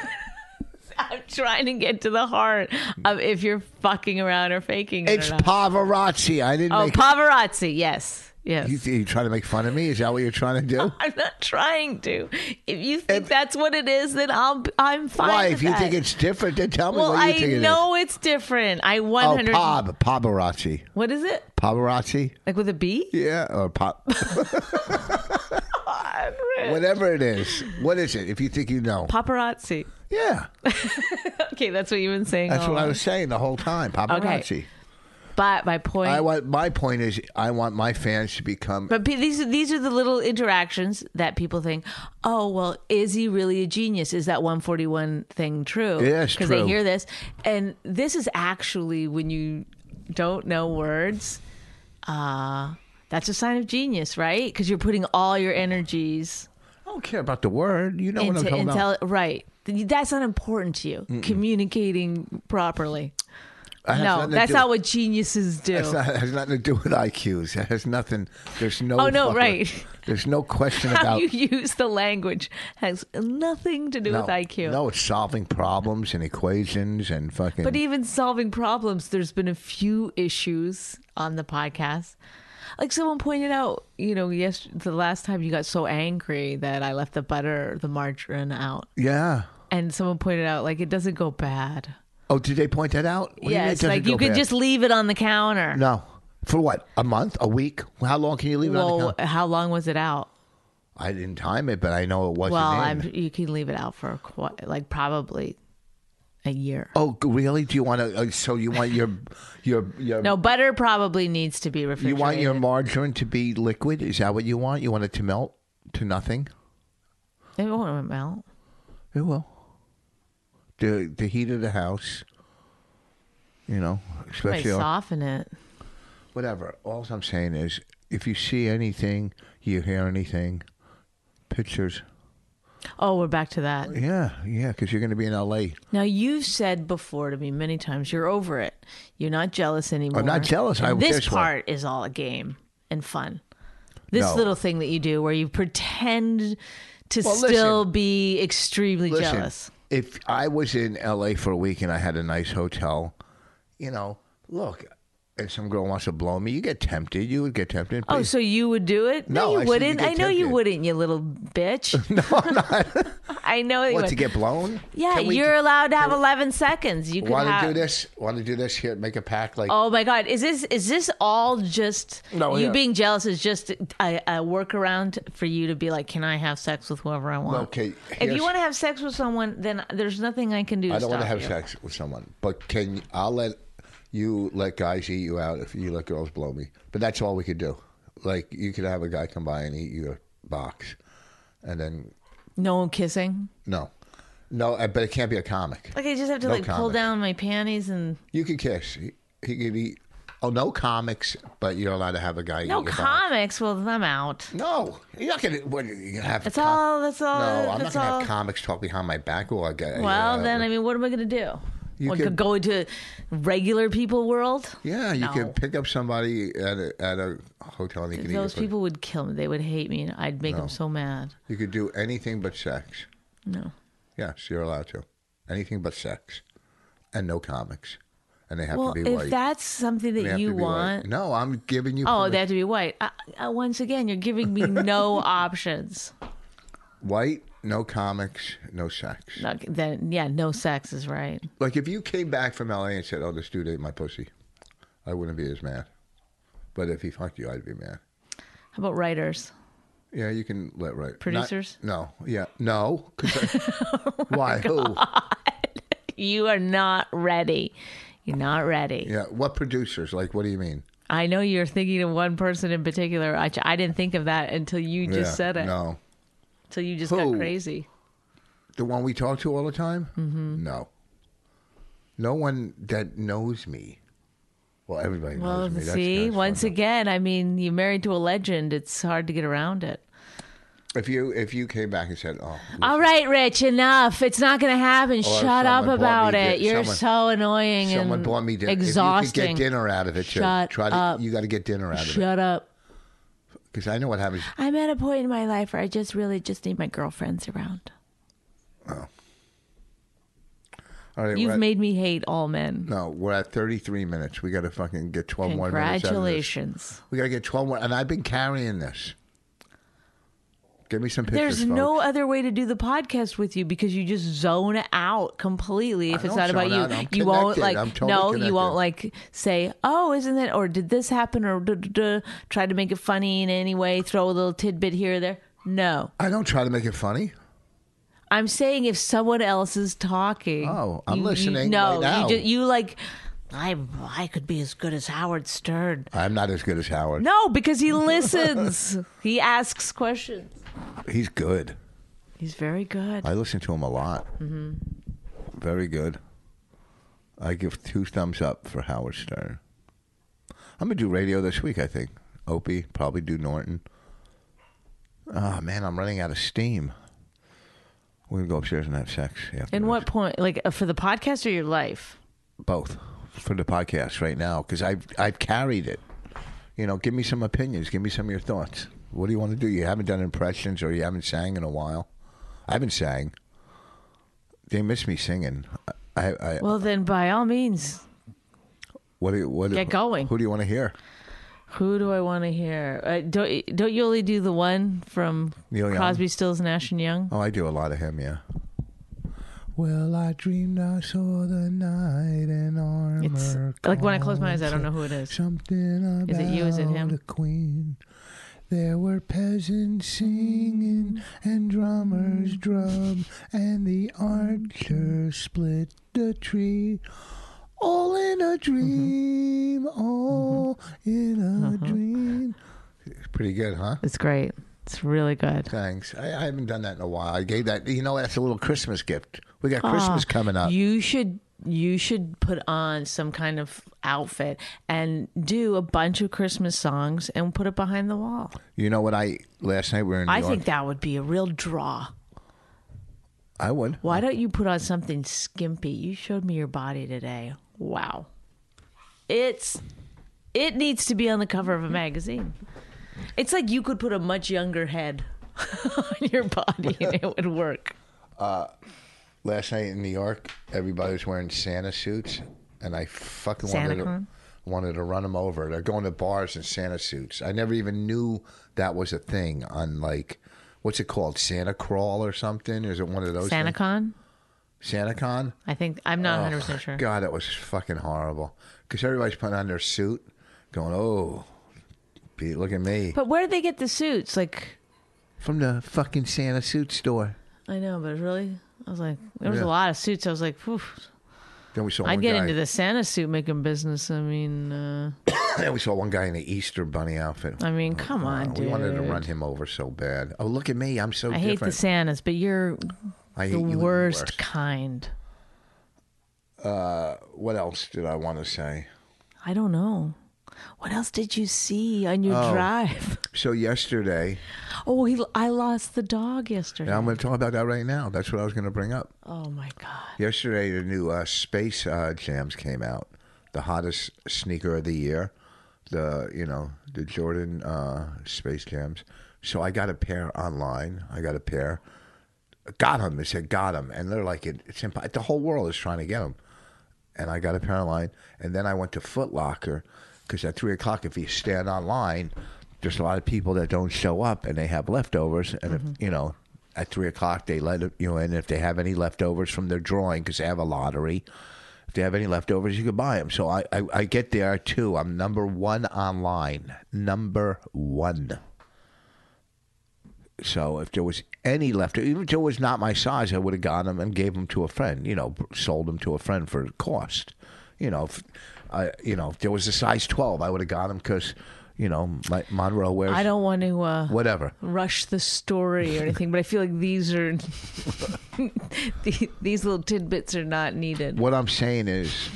I'm trying to get to the heart of if you're fucking around or faking it It's or not. Pavarotti. I didn't oh, make. paparazzi. Yes. Yes. you, you trying to make fun of me? Is that what you're trying to do? I'm not trying to. If you think that's what it is, then I'll, I'm fine. Why? with If you that. think it's different, then tell me Well, what you I think it is. know it's different. I Oh, 100. Pab, Pavarotti, What is it? Pavarotti. Like with a B? Yeah, or pop. Whatever it is, what is it? If you think you know, Paparazzi. yeah, Okay, that's what you've been saying. that's all what I along. was saying the whole time. Paparazzi. But my point. I want my point is I want my fans to become But pe- these are these are the little interactions that people think, oh well, is he really a genius? Is that 141 thing true? Yes, because they true. hear this, and this is actually when you don't know words, uh, that's a sign of genius, right? Because you're putting all your energies I don't care about the word. You know what I'm into talking about. intel. Right, that's not important to you. Communicating properly. It has No, nothing to that's do- not what geniuses do. That's not, has nothing to do with IQs. That has nothing. There's no. Oh, no, fucking- right. There's no question How about you use the language has nothing to do no, with IQ. No, it's solving problems and equations and fucking. But even solving problems, there's been a few issues on the podcast. Like someone pointed out, you know, yes, the last time you got so angry that I left the butter, the margarine out, yeah. and someone pointed out like it doesn't go bad. Oh, did they point that out? What do you mean it yes, doesn't like you go could bad? just leave it on the counter. No. For what? A month? A week? How long can you leave it on the well, counter? how long was it out? I didn't time it, but I know it wasn't well, in. I'm, you can leave it out for quite, like probably a year. Oh, g- really? Do you want to? Uh, so you want your your your No, butter probably needs to be Oh. refrigerated. you want your margarine to be liquid? Is that what you want? You want it to melt to nothing? It won't melt. It will. The the heat of the house. You know, Might especially on- soften it. whatever. All I'm saying is, if you see anything, you hear anything, pictures. Oh, we're back to that. Yeah, yeah, because you're going to be in L.A. Now you've said before to me many times you're over it. You're not jealous anymore. not jealous. And I this wish I- part is all a game and fun. This No. little thing that you do where you pretend to Well, listen. still be extremely Listen, jealous. If I was in LA for a week and I had a nice hotel, you know, look, and some girl wants to blow me, you get tempted. You would get tempted. Oh, Please- so you would do it? No, you I said you wouldn't. get I know you tempted. wouldn't, you little bitch. no, I'm not. I know that you what to would. get blown? Yeah, Can we you're allowed to have 11 seconds. You could Want have to do this? Want to do this? Here, make a pack. Like, Oh my God! Is this is this all just No, you yeah. being jealous? Is just a, a workaround for you to be like, can I have sex with whoever I want? okay. If here's- you want to have sex with someone, then there's nothing I can do. I don't want want to to have you. sex with someone, but can I'll let you let guys eat you out if you let girls blow me. But that's all we could do. Like, you could have a guy come by and eat your box, and then No kissing. no, no. uh, But it can't be a comic. Like I just have to No like pull comment. down my panties and You could kiss. He, he could eat. Oh, no comics, but you're allowed to have a guy. eat no your bottom. comics. Well, then I'm out. No, you're not gonna. What, you gonna have That's com- all. That's all. No, I'm not that's gonna all. have comics talk behind my back. Or I get. well, yeah, then I mean, what am I gonna do? You Well, could- go into regular people world. yeah, you No. could pick up somebody at a, at a hotel and you can eat. Those with them. people would kill me. They would hate me. and I'd make them so mad. You could do anything but sex. No. Yes, you're allowed to. Anything but sex, and no comics, and they have Well, to be if white. that's something They have that to you be white. want, No, I'm giving you. oh, permission. they have to be white. I, I, once again, you're giving me no options. white, no comics, no sex. Like, then, yeah, no sex is right. Like if you came back from LA and said, "Oh, this dude ate my pussy," I wouldn't be as mad. But if he fucked you, I'd be mad. How about writers? Yeah, you can let right. Not- Producers? Oh no. Yeah. No. 'cause I- why? Who? You are not ready. You're not ready. Yeah. What producers? Like, what do you mean? I know you're thinking of one person in particular. I, I didn't think of that until you just Yeah, said it. No. Until you just Who? got crazy. The one we talk to all the time? Mm-hmm. No. No one that knows me. Well, everybody Well, knows me. That's- see, that's once fun. again, I mean, you're married to a legend. It's hard to get around it. if you if you came back and said, "Oh, All right, Rich, enough. It's not going to happen. Shut someone up bought me about di- it. You're someone- so annoying someone and bought me dinner," exhausting. If you could get dinner out of it, too. Shut Try to, up. You got to get dinner out of it Shut up. because I know what happens. I'm at a point in my life where I just really just need my girlfriends around. All right, You've we're at- made me hate all men. No, we're at 33 minutes. We got to fucking get 12 more minutes. out of this. Congratulations. We got to get 12 more. And I've been carrying this. Give me some pictures. There's folks. no other way to do the podcast with you because you just zone out completely if I don't it's not about zone out. you. I'm you won't connected. like I'm totally no, connected. you won't like say, "Oh, isn't that or did this happen or duh, duh, duh," try to make it funny in any way, throw a little tidbit here or there." No. I don't try to make it funny. I'm saying if someone else is talking. Oh, I'm you- you- listening no, right now. you ju- you like I I could be as good as Howard Stern. I'm not as good as Howard. No, because he listens. he asks questions. He's good. He's very good. I listen to him a lot. Mm-hmm. Very good. I give two thumbs up for Howard Stern. I'm going to do radio this week, I think. Opie, probably do Norton. Ah, man, I'm running out of steam. We're going to go upstairs and have sex. after And this. what point, like uh, for the podcast or your life? both for the podcast right now because I've I've carried it. You know, give me some opinions. Give me some of your thoughts. What do you want to do? You haven't done impressions or you haven't sang in a while. I haven't sang. They miss me singing. I, I Well, then by all means, what do you, what get going. Who do you want to hear? who do I want to hear? Uh, don't don't you only do the one from Neil Young? Crosby, Stills, Nash and Young? Oh, I do a lot of him. Yeah. Well, I dreamed I saw the night in armor. It's like when I close my eyes, I don't know who it is. Something about Is it you? Is it him? a queen. There were peasants singing and Mm. drummers drum, and the archer split the tree. All in Mm-hmm. a dream, all in a Uh-huh. dream. Pretty good, huh? It's great. It's really good. Thanks. I, I haven't done that in a while. I gave that, you know, that's a little Christmas gift. We got Christmas coming up. Ah. You should you should put on some kind of outfit and do a bunch of Christmas songs and put it behind the wall. You know what? I last night we were in New I York. think that would be a real draw. I would. Why don't you put on something skimpy? You showed me your body today. Wow. It's it needs to be on the cover of a magazine. It's like you could put a much younger head on your body and it would work. last night in New York, everybody was wearing Santa suits, and I fucking wanted to, SantaCon? wanted to run them over. They're going to bars in Santa suits. I never even knew that was a thing on like, what's it called, Santa Crawl or something? Is it one of those? things? SantaCon? SantaCon. I think I'm not 100% sure. God, that was fucking horrible. Because everybody's putting on their suit, going, oh, be- look at me But where did they get the suits? Like from the fucking Santa suit store. I know, but really I was like there was Yeah. a lot of suits. I was like, Phew, Then we saw. I'd one get guy- into the Santa suit making business. I mean, uh, Then we saw one guy in the Easter bunny outfit. I mean, come on, dude. We wanted to run him over so bad. Oh, look at me. I'm so I hate different. the Santas, but you're I hate the you even worst worse. kind. What else did I want to say? I don't know. What else did you see on Oh. your drive? So yesterday, Oh, he, I lost the dog yesterday. now I'm going to talk about that right now. That's what I was going to bring up. oh my god! Yesterday, the new uh, Space uh, Jams came out. The hottest sneaker of the year. The, you know, the Jordan uh, Space Jams. So I got a pair online. I got a pair. Got them. They said got them. And they're like, it, it's imp- the whole world is trying to get them. and I got a pair online. And then I went to Foot Locker because at three o'clock, if you stand online, there's a lot of people that don't show up and they have leftovers. And if, you know, at three o'clock, they let you in if they have any leftovers from their drawing because they have a lottery. If they have any leftovers, you can buy them. So I, I, I get there too. I'm number one online. Number one. So if there was any left, even if it was not my size, I would have gotten them and gave them to a friend. You know, sold them to a friend for cost. You know, if I, you know, if there was a size twelve, I would have got them because, you know, my Monroe wears I don't want to uh, whatever. rush the story or anything, but I feel like these are the- these little tidbits are not needed. What I'm saying is,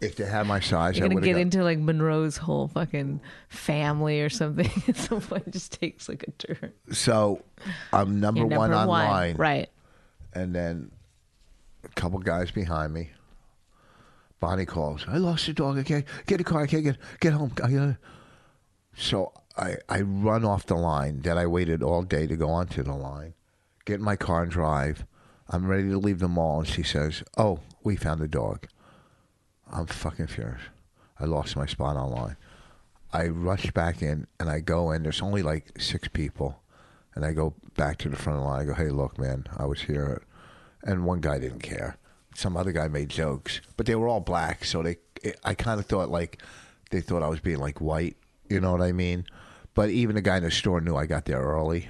if they had my size, You're I gonna would get have. got- into like Monroe's whole fucking family or something. Someone just takes like a turn. so I'm number, You're number one online, right? and then a couple guys behind me. Bonnie calls. I lost the dog. I can't get a car. I can't get get home. I gotta-" So I I run off the line. Then I waited all day to go onto the line, get in my car and drive. I'm ready to leave the mall. And she says, Oh, we found a dog. I'm fucking furious. I lost my spot online. I rush back in and I go in. There's only like six people. And I go back to the front of the line. I go, Hey, look, man, I was here. And one guy didn't care. Some other guy made jokes, but they were all black. So they, I kind of thought like they thought I was being like white. You know what I mean? But even the guy in the store knew I got there early.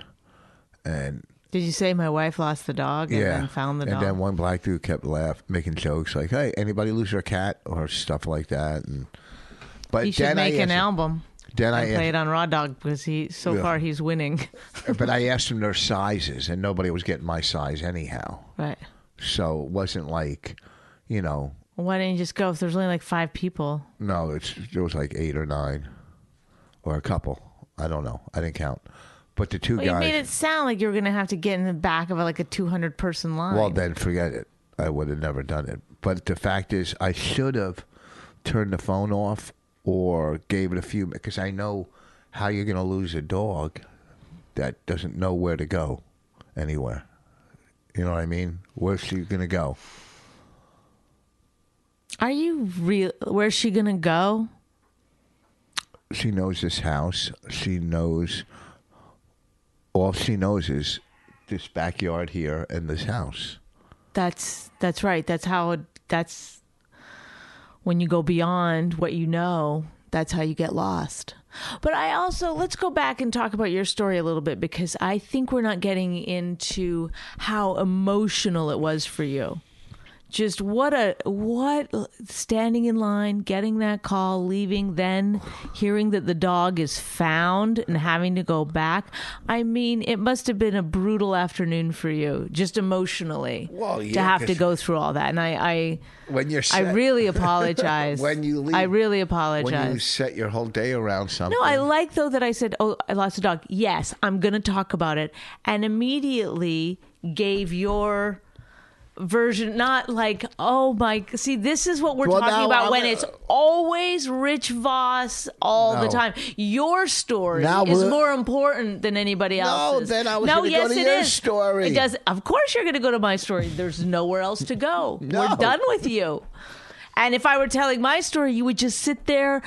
And Did you say my wife lost the dog and then found the and dog? then one black dude kept laugh, making jokes like, "Hey, anybody lose their cat?" or stuff like that. And but he should then make I asked an him- album. Then I and play asked- it on Raw Dog because he so Yeah. far he's winning. but I asked them their sizes, and nobody was getting my size anyhow. right. So it wasn't like, you know, Why didn't you just go if there's only like five people? no, it's there was like eight or nine, or a couple. I don't know. I didn't count. But the two Well, you guys. made it sound like you were going to have to get in the back of like a 200 person line. Well, then forget it. I would have never done it. But the fact is, I should have turned the phone off or gave it a few because I know how you're going to lose a dog that doesn't know where to go anywhere. You know what I mean? Where's she going to go? Are you real? Where's she going to go? She knows this house. She knows. All she knows is this backyard here and this house. That's that's right. That's how. That's when you go beyond what you know. That's how you get lost. But I also let's go back and talk about your story a little bit because I think we're not getting into how emotional it was for you. Just what a what standing in line, getting that call, leaving, then hearing that the dog is found and having to go back. I mean, it must have been a brutal afternoon for you, just emotionally, Well, to yeah, have to 'cause- go through all that. And I, I When you're I set- really apologize. When you leave- I really When you apologize. set your whole day around something. No, I like though that I said, "Oh, I lost a dog." Yes, I'm going to talk about it, and immediately gave your version. Not like, "Oh my," see, this is what we're Well, talking now about I'm when gonna- it's always Rich Voss all the No. time. Your story Now is we're- more important than anybody else's. then I was no, gonna go yes, to it your is. story. It does. Of course, you're going to go to my story. There's nowhere else to go. We're No. done with you. And if I were telling my story, you would just sit there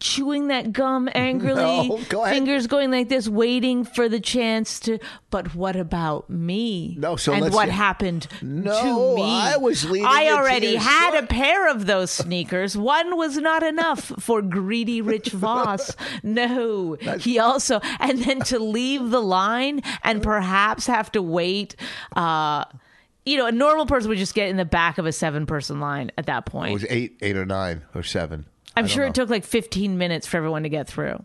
chewing that gum angrily, No, go ahead. fingers going like this, waiting for the chance to. But what about me? No, so and let's what say- happened No, to me? I was leading I into already your had a story. pair of those sneakers. One was not enough for greedy Rich Voss. No, he also, and then to leave the line and perhaps have to wait. Uh, you know, a normal person would just get in the back of a seven-person line at that point. It was eight, eight or nine or seven. I'm I don't sure know. it took like 15 minutes for everyone to get through.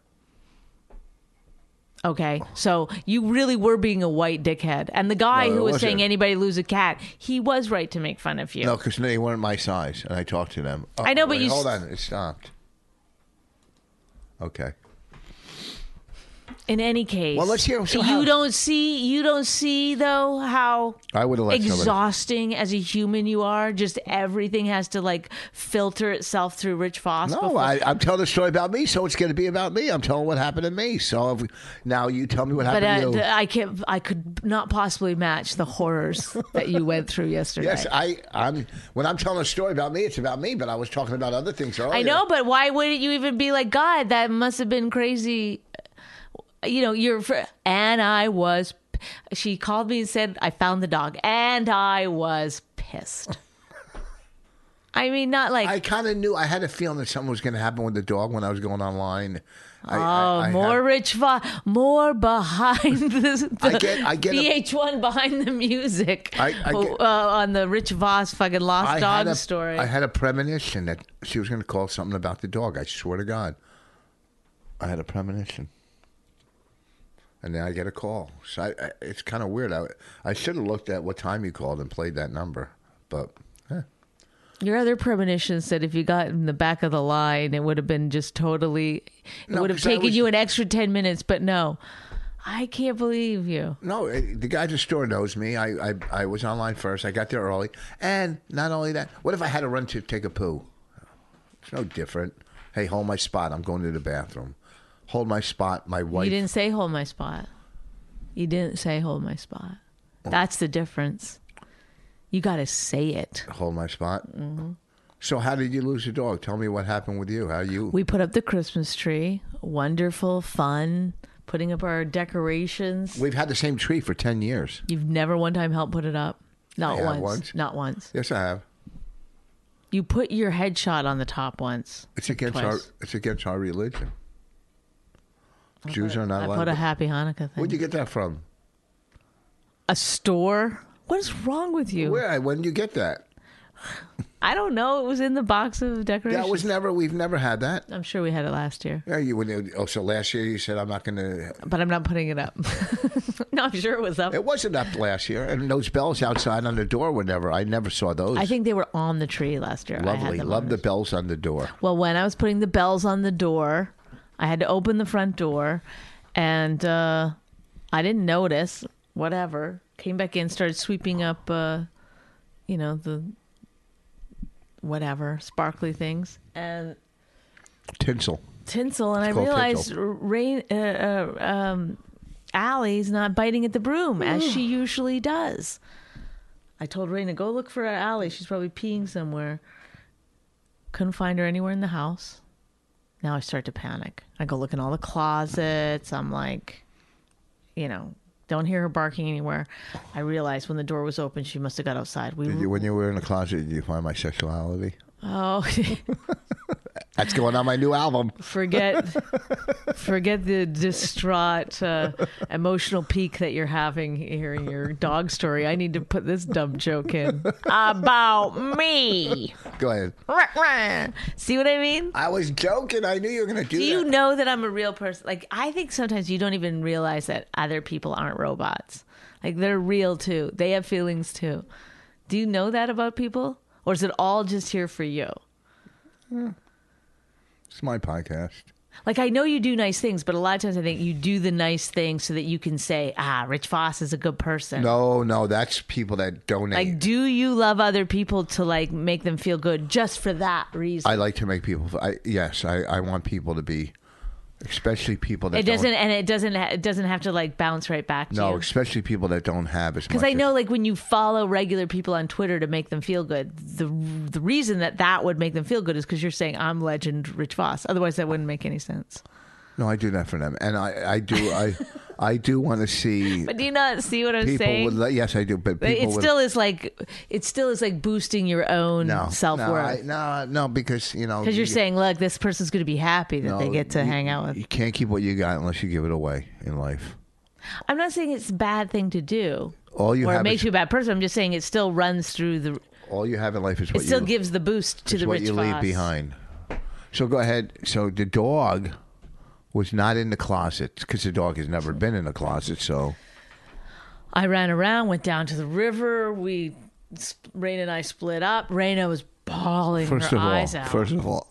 Okay, so you really were being a white dickhead, and the guy No, who I was wasn't. saying anybody lose a cat, he was right to make fun of you. No, because they weren't my size, and I talked to them. Oh, I know, but wait, you hold s- on, it stopped. Okay. In any case, Well, let's hear- so you how- don't see, you don't see though how I would have let somebody. exhausting as a human you are. Just everything has to like filter itself through Rich Foss. No, before- I, I'm telling a story about me, so it's going to be about me. I'm telling what happened to me. So if, now you tell me what but happened to uh, you. I can't. I could not possibly match the horrors that you went through yesterday. yes, I, I'm. When I'm telling a story about me, it's about me. But I was talking about other things earlier. I know, but why wouldn't you even be like, God, that must have been crazy? You know, you're, fr- and I was, she called me and said, I found the dog, and I was pissed. I mean, not like, I kind of knew. I had a feeling that something was going to happen with the dog when I was going online. I, oh, I, I more had- Rich Va, more behind the, the I get- I get a- VH1 behind the music I- I get- uh, on the Rich Voss fucking lost I dog had a, story. I had a premonition that she was going to call something about the dog. I swear to God, I had a premonition, and then I get a call. So I, I, it's kind of weird. I, I should have looked at what time you called and played that number, but eh. Your other premonition said if you got in the back of the line, it would have been just totally. It No, would have 'cause I taken was- you an extra ten minutes, but no, I can't believe you. no, eh, the guy at the store knows me. I, I I was online first. I got there early, and not only that, what if I had to run to take a poo? It's no different. Hey, hold my spot. I'm going to the bathroom. Hold my spot. My wife. You didn't say hold Oh. my spot. You didn't say hold my spot. That's the difference. You got to say it. Hold my spot. Mm-hmm. So how did you lose your dog? Tell me what happened with you. How you? We put up the Christmas tree. Wonderful, fun. Putting up our decorations. We've had the same tree for ten years. You've never one time helped put it up. Not I have once. once. Not once. Yes, I have. You put your headshot on the top once. It's against our. Twice. It's against our religion. Jews are not I allowed. put a to- happy Hanukkah thing. Where'd you get that from? a store? What is wrong with you? Where? When did you get that? I don't know. It was in the box of decorations. That was never. We've never had that. I'm sure we had it last year, Yeah, you when oh so last year you said I'm not going to. but I'm not putting it up. no, I'm sure it was up. It wasn't up last year, and those bells outside on the door were never. I never saw those. I think they were on the tree last year. I had lovely. them Love on the bells on the door. Well, when I was putting the bells on the door, I had to open the front door, and uh, I didn't notice. Whatever. Came back in, started sweeping up, uh, you know, the whatever sparkly things, and Tinsel. tinsel, and I called realized tinsel. Rain uh, uh, um, Allie's not biting at the broom as she usually does. I told Raina, go look for Allie. She's probably peeing somewhere. Couldn't find her anywhere in the house. Now I start to panic. I go look in all the closets. I'm like, you know, don't hear her barking anywhere. I realized when the door was open, she must have got outside. We, Did you, when you were in the closet, did you find my sexuality? oh, That's going on my new album. forget forget the distraught uh, emotional peak that you're having hearing your dog story i need to put this dumb joke in about me Go ahead. see what i mean I was joking. I knew you were going to do, do you that. know that i'm a real person like i think sometimes you don't even realize that other people aren't robots like they're real too they have feelings too do you know that about people or is it all just here for you it's my podcast. Like I know you do nice things, but a lot of times I think you do the nice thing so that you can say, "Ah, Rich Foss is a good person." No, no, that's people that donate. Like, do you love other people to like make them feel good just for that reason? I like to make people. I yes, I, I want people to be, especially people that it doesn't, Don't, and it doesn't. ha- It doesn't have to like bounce right back to no, you. especially people that don't have as much. Because I as- know, like, when you follow regular people on Twitter to make them feel good, the the reason that that would make them feel good is because you're saying I'm legend Rich Foss. Otherwise, that wouldn't make any sense. No, I do that for them, and I I do I I do want to see But do you not see what I'm people saying? with. le- Yes, I do, but people it with, still is like it still is like boosting your own no self no, I- worth No, no, because you know because you're you- saying, look, this person's going to be happy that they no, get to you- hang out with. You can't keep what you got unless you give it away in life. I'm not saying it's a bad thing to do All you or it have makes is, you a bad person. I'm just saying it still runs through the. all you have in life is It what still you gives the boost to is the what rich you leave Foss. behind. So go ahead. So the dog was not in the closet because the dog has never been in a closet. So I ran around, went down to the river. We, sp- Raina and I split up. Raina was bawling first her of all, eyes out. first of all,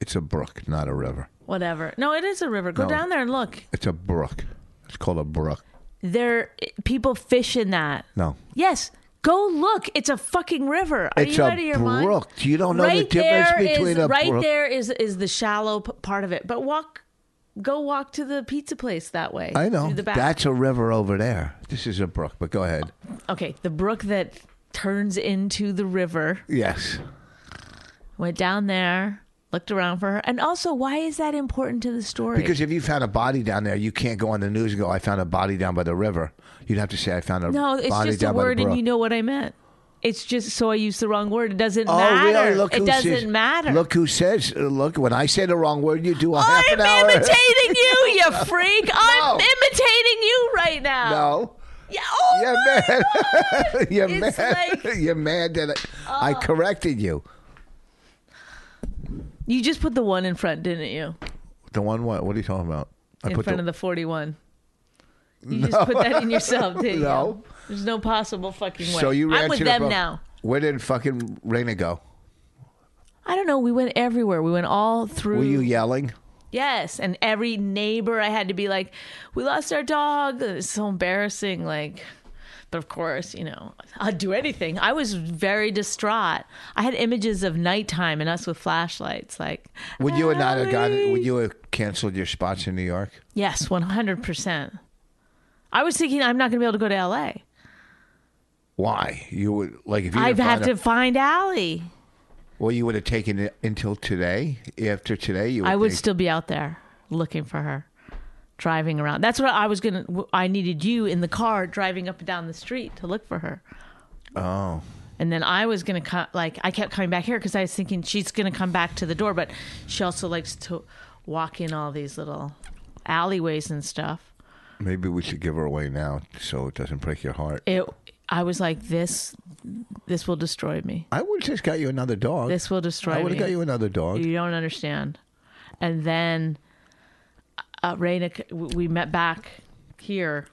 it's a brook, not a river. Whatever. No, it is a river. Go No. down there and look. It's a brook. It's called a brook. There, people fish in that. No, Yes. Go look. It's a fucking river. Are It's you a out of your mind? brook. You don't know the Right difference there is- between a right brook- there is is the shallow p- part of it. But walk, go walk to the pizza place that way. I know through the back. that's a river over there. This is a brook. But go ahead. okay. The brook that turns into the river. Yes, Went down there, looked around for her, and also why is that important to the story? because if you found a body down there, you can't go on the news and go, "I found a body down by the river." You'd have to say, "I found a no, it's body just a down by the word, and brook." you know what I meant. It's just so I used the wrong word. It doesn't Oh, matter. really? Look it who doesn't says, matter. Look who says. uh, Look, when I say the wrong word, you do a half I'm an hour. imitating you, you freak. I'm No. imitating you right now. no, Yeah, oh you're my mad. you're It's mad. like- Oh. you're mad that I, I corrected you. You just put the one in front, didn't you? The one what? What are you talking about? I In put front the, of the 41. You just put that in yourself, didn't you? No. There's no possible fucking way. So you ran I'm with to the them bro- now. Where did fucking Raina go? I don't know. We went everywhere. We went all through. Were you yelling? Yes, and every neighbor I had to be like, "We lost our dog." It's so embarrassing. Like, but of course, you know, I'd do anything. I was very distraught. I had images of nighttime and us with flashlights. Like, Would you have not have gotten? "Ellie!" Would you have canceled your spots in New York? Yes, one hundred percent. I was thinking I'm not going to be able to go to L.A. Why? You would like if you I'd didn't have find to out- find Allie. Well, you would have taken it until today. After today, you. Would I would think- still be out there looking for her, driving around. That's what I was gonna. I needed you in the car driving up and down the street to look for her. Oh, And then I was gonna come, like I kept coming back here because I was thinking she's gonna come back to the door, but she also likes to walk in all these little alleyways and stuff. maybe we should give her away now so it doesn't break your heart. It, I was like, this, this will destroy me. I would have just got you another dog. This will destroy I would me. have got you another dog. You don't understand. And then uh, Raina, c- w- we met back here,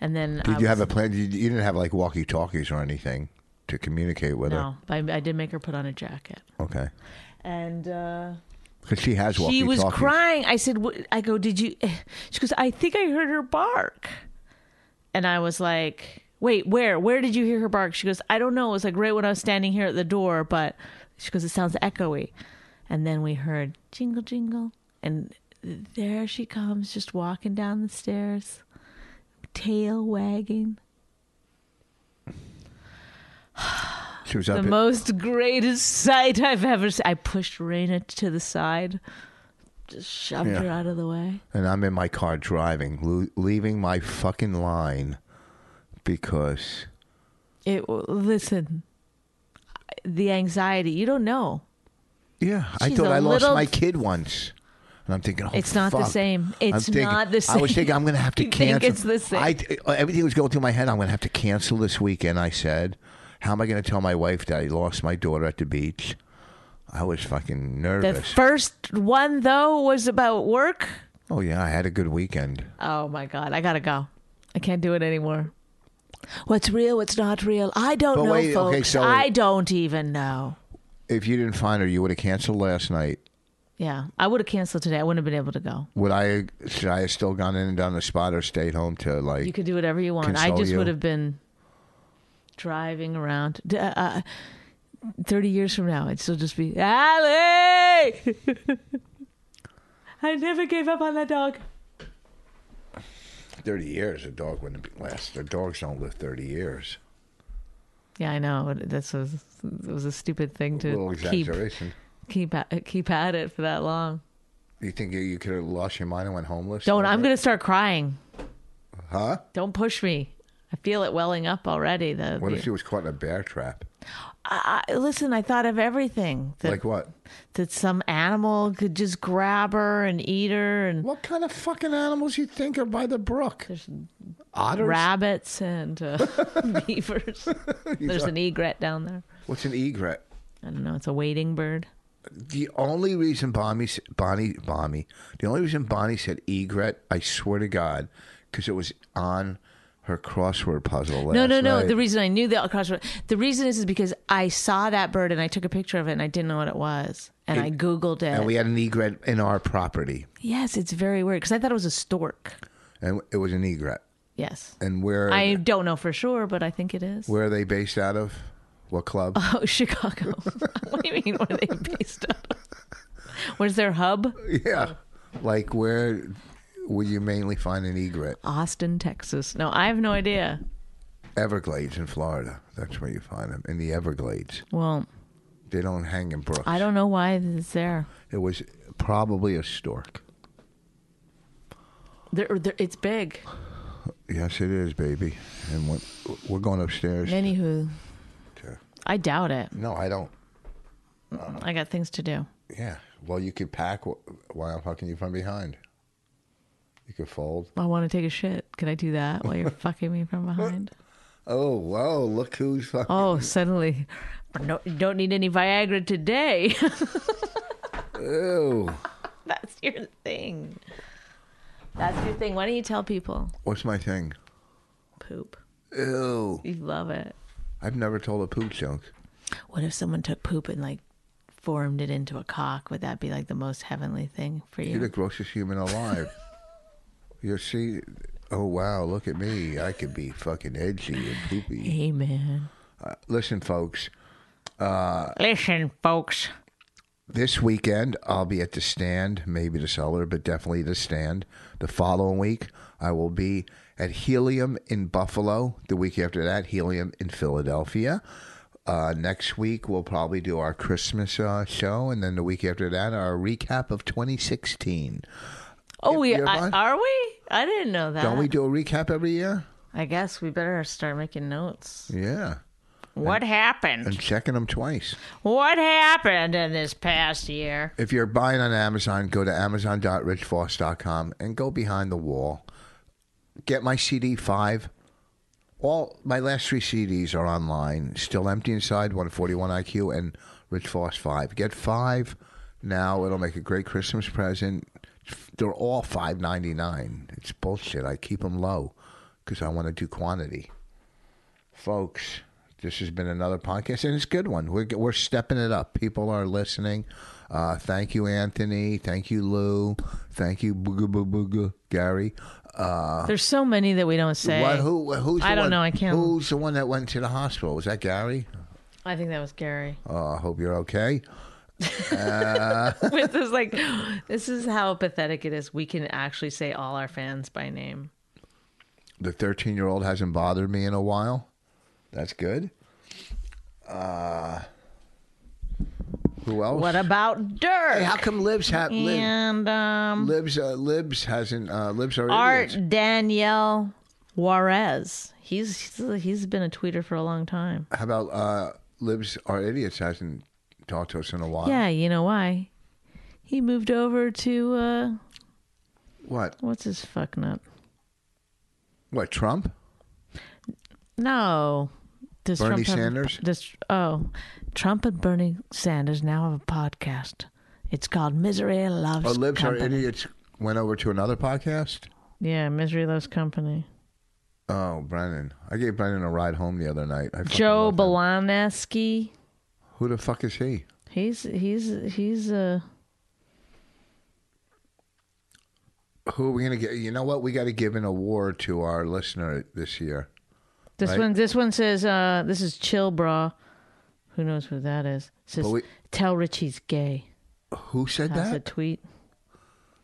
and then I Did was, you have a plan? You, you didn't have like walkie talkies or anything to communicate with no? But I, I did make her put on a jacket, her. Okay. and uh, Because she has walkie talkies. she was crying. I said, "What-" "I go, did you?" She goes, "I think I heard her bark," and I was like, "Wait, where? Where did you hear her bark?" She goes, "I don't know. It was like right when I was standing here at the door, but she goes, it sounds echoey." And then we heard jingle, jingle, and there she comes, just walking down the stairs, tail wagging. She was up. The in- most greatest sight I've ever seen. I pushed Raina to the side, just shoved Yeah. her out of the way. and I'm in my car driving, lo- leaving my fucking line because It listen, the anxiety. You don't know. yeah, I She's thought a I lost little- my kid once. And I'm thinking, oh, It's not the fuck. same. I'm It's thinking- not the I was thinking same. I'm going to have to You think cancel. it's the same. I, everything was going through my head. I'm going to have to cancel this weekend. I said, how am I going to tell my wife that I lost my daughter at the beach? I was fucking The nervous. first one though was about work. Oh yeah, I had a good weekend. Oh my god, I gotta go. I can't do it anymore. What's real? What's not real? I don't But know, wait, folks. okay, so- I don't even know. If you didn't find her, you would have canceled last night. Yeah, I would have canceled today. I wouldn't have been able to go. Would I? Should I have still gone in and done the spot or stayed home to like? You could do whatever you want. I Console just you. would have been driving around. D- uh, Uh, Thirty years from now, it'd still just be Allie. I never gave up on that dog. thirty years, a dog wouldn't be- last. The dogs don't live thirty years. Yeah, I know. This was it was a stupid thing A little to keep exaggeration. keep at, keep at it for that long. You think you, you could have lost your mind and went homeless? Don't. I'm gonna start crying. Huh? Don't push me. I feel it welling up already. The, What the- if she was caught in a bear trap? I, I- listen, I thought of everything that Like what? that some animal could just grab her and eat her and What kind of fucking animals you think are by the brook? Otters. rabbits and uh, beavers. There's an egret down there. What's an egret? I don't know. It's a wading bird. The only reason Bonnie, s- Bonnie, Bonnie, the only reason Bonnie said egret, I swear to God, because it was on her crossword puzzle. Last No, no, no. night. The reason I knew that crossword. The reason is, is because I saw that bird and I took a picture of it and I didn't know what it was and I googled it. and we had an egret in our property, yes, it's very weird because I thought it was a stork. and it was an egret. Yes, And where I don't know for sure, but I think it is. where are they based out of? What club? Oh, Chicago. what do you mean? What are they based on? Where's their hub? yeah, Oh. like where would you mainly find an egret? Austin, Texas. No, I have no idea. Everglades in Florida. That's where you find them in the Everglades. Well, They don't hang in brooks. I don't know why it's there. It was probably a stork. There, there it's big. Yes, it is, baby. And when, we're going upstairs. Anywho, to- I doubt it. no, I don't. I got things to do. Yeah. Well, you could pack wh- while I'm fucking you from behind. You could fold. I want to take a shit. Can I do that while you're fucking me from behind? Oh, wow. Look who's fucking. Oh, suddenly, no, you don't need any Viagra today. Ew. That's your thing. That's your thing. Why don't you tell people? What's my thing? Poop. Ew. You love it. I've never told a poop joke. What if someone took poop and like formed it into a cock? Would that be like the most heavenly thing for You're the you? grossest human alive. you see. Oh, wow. Look at me. I could be fucking edgy and poopy. Amen. Uh, listen, folks. Listen, folks. This weekend, I'll be at the stand, maybe the cellar, but definitely the stand. The following week, I will be at Helium in Buffalo. The week after that, Helium in Philadelphia. Uh, next week, we'll probably do our Christmas uh, show. And then the week after that, our recap of 2016. Oh, we you're I, fine. are we? I didn't know that. Don't we do a recap every year? I guess we better start making notes. Yeah. What And happened? checking them twice. What happened in this past year? If you're buying on Amazon, go to amazon.richvoss.com and go behind the wall. Get my CD five. All my last three CDs are online. Still empty inside. One forty one IQ and Rich Voss five. Get five now. It'll make a great Christmas present. They're all five ninety nine. It's bullshit. I keep them low because I want to do quantity. Folks, this has been another podcast, and it's a good one. We're we're stepping it up. People are listening. Uh, thank you, Anthony. Thank you, Lou. Thank you, Booga Booga, Booga Gary. Uh, There's so many that we don't say. what, who, who's the I don't one- know, I can't- Who's the one that went to the hospital? Was that Gary? I think that was Gary. Uh, I hope you're okay. With this, like, this is how pathetic it is. We can actually say all our fans by name. The 13 year old hasn't bothered me in a while. That's good. Uh, who else? What about Dirk? hey, how come Libs have Lib, and um, Libs uh, Libs hasn't uh, Libs are idiots. Art Danielle Juarez. He's, he's he's been a tweeter for a long time. How about uh, Libs are idiots hasn't talked to us in a while. Yeah, you know why? He moved over to uh, What? what's his fuck nut? What? Trump? No. Does Bernie have a- Sanders? does, oh, Trump and Bernie Sanders now have a podcast. It's called Misery Loves Or Libs are Company. idiots went over to another podcast. Yeah, Misery Loves Company. Oh, Brennan. I gave Brennan a ride home the other night. I fucking Joe love him. Balanesky. Who the fuck is he? He's he's he's uh Who are we gonna get? You know what? We got to give an award to our listener this year. this Right. one this one says uh this is Chill Bra. Who knows who that is? It says But we- tell Richie's gay. Who said That's that? a tweet.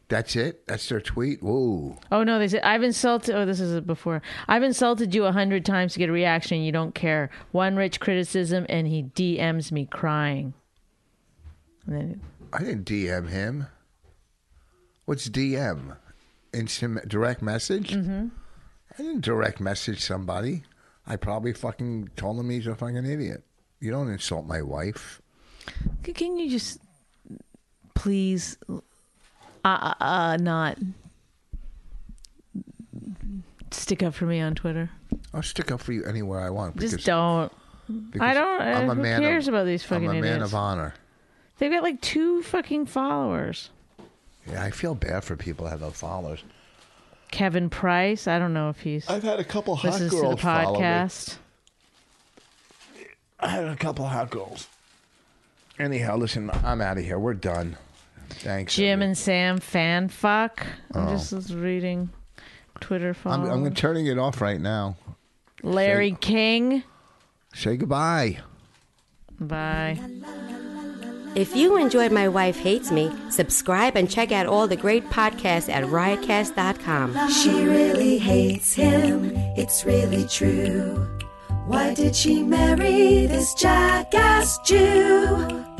That's it. That's their tweet. Whoa. Oh no, they said I've insulted. Oh, this is before. I've insulted you a hundred times to get a reaction. You don't care. One rich criticism, and he DMs me crying. And then I didn't DM him. What's DM? Instant direct message. Mm-hmm. I didn't direct message somebody. I probably fucking told him he's a fucking idiot. You don't insult my wife. C- can you just please, uh, uh, uh not stick up for me on Twitter? I'll stick up for you anywhere I want. Just because- don't. because I don't- I'm a who man cares of, about these fucking I'm a man idiots? of honor. They've got like two fucking followers. Yeah, I feel bad for people that have no followers. Kevin Price. I don't know if he's I've had a couple hot listens to the girls follow me. podcast. I had a couple hot girls. Anyhow, listen, I'm out of here. We're done. Thanks, Jim everybody. and Sam fan fuck. I'm just reading Twitter Oh. I'm, followers. I'm gonna- turning it off right now. Larry King. Say goodbye. Bye. If you enjoyed My Wife Hates Me, subscribe and check out all the great podcasts at riotcast.com. She really hates him, it's really true. Why did she marry this jackass Jew?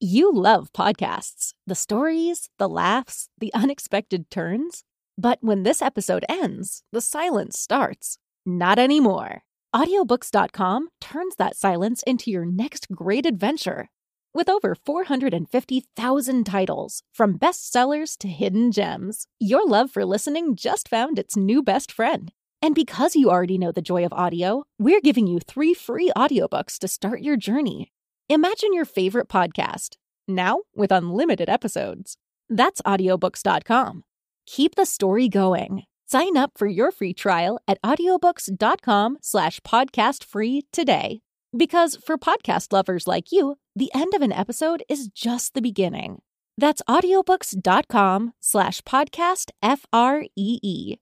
You love podcasts the stories, the laughs, the unexpected turns. But when this episode ends, the silence starts. Not anymore. Audiobooks.com turns that silence into your next great adventure. With over 450,000 titles, from bestsellers to hidden gems, your love for listening just found its new best friend. And because you already know the joy of audio, we're giving you three free audiobooks to start your journey. Imagine your favorite podcast, now with unlimited episodes. That's audiobooks.com. Keep the story going. Sign up for your free trial at audiobooks.com slash podcast free today. Because for podcast lovers like you, the end of an episode is just the beginning. That's audiobooks.com slash podcast F R E E.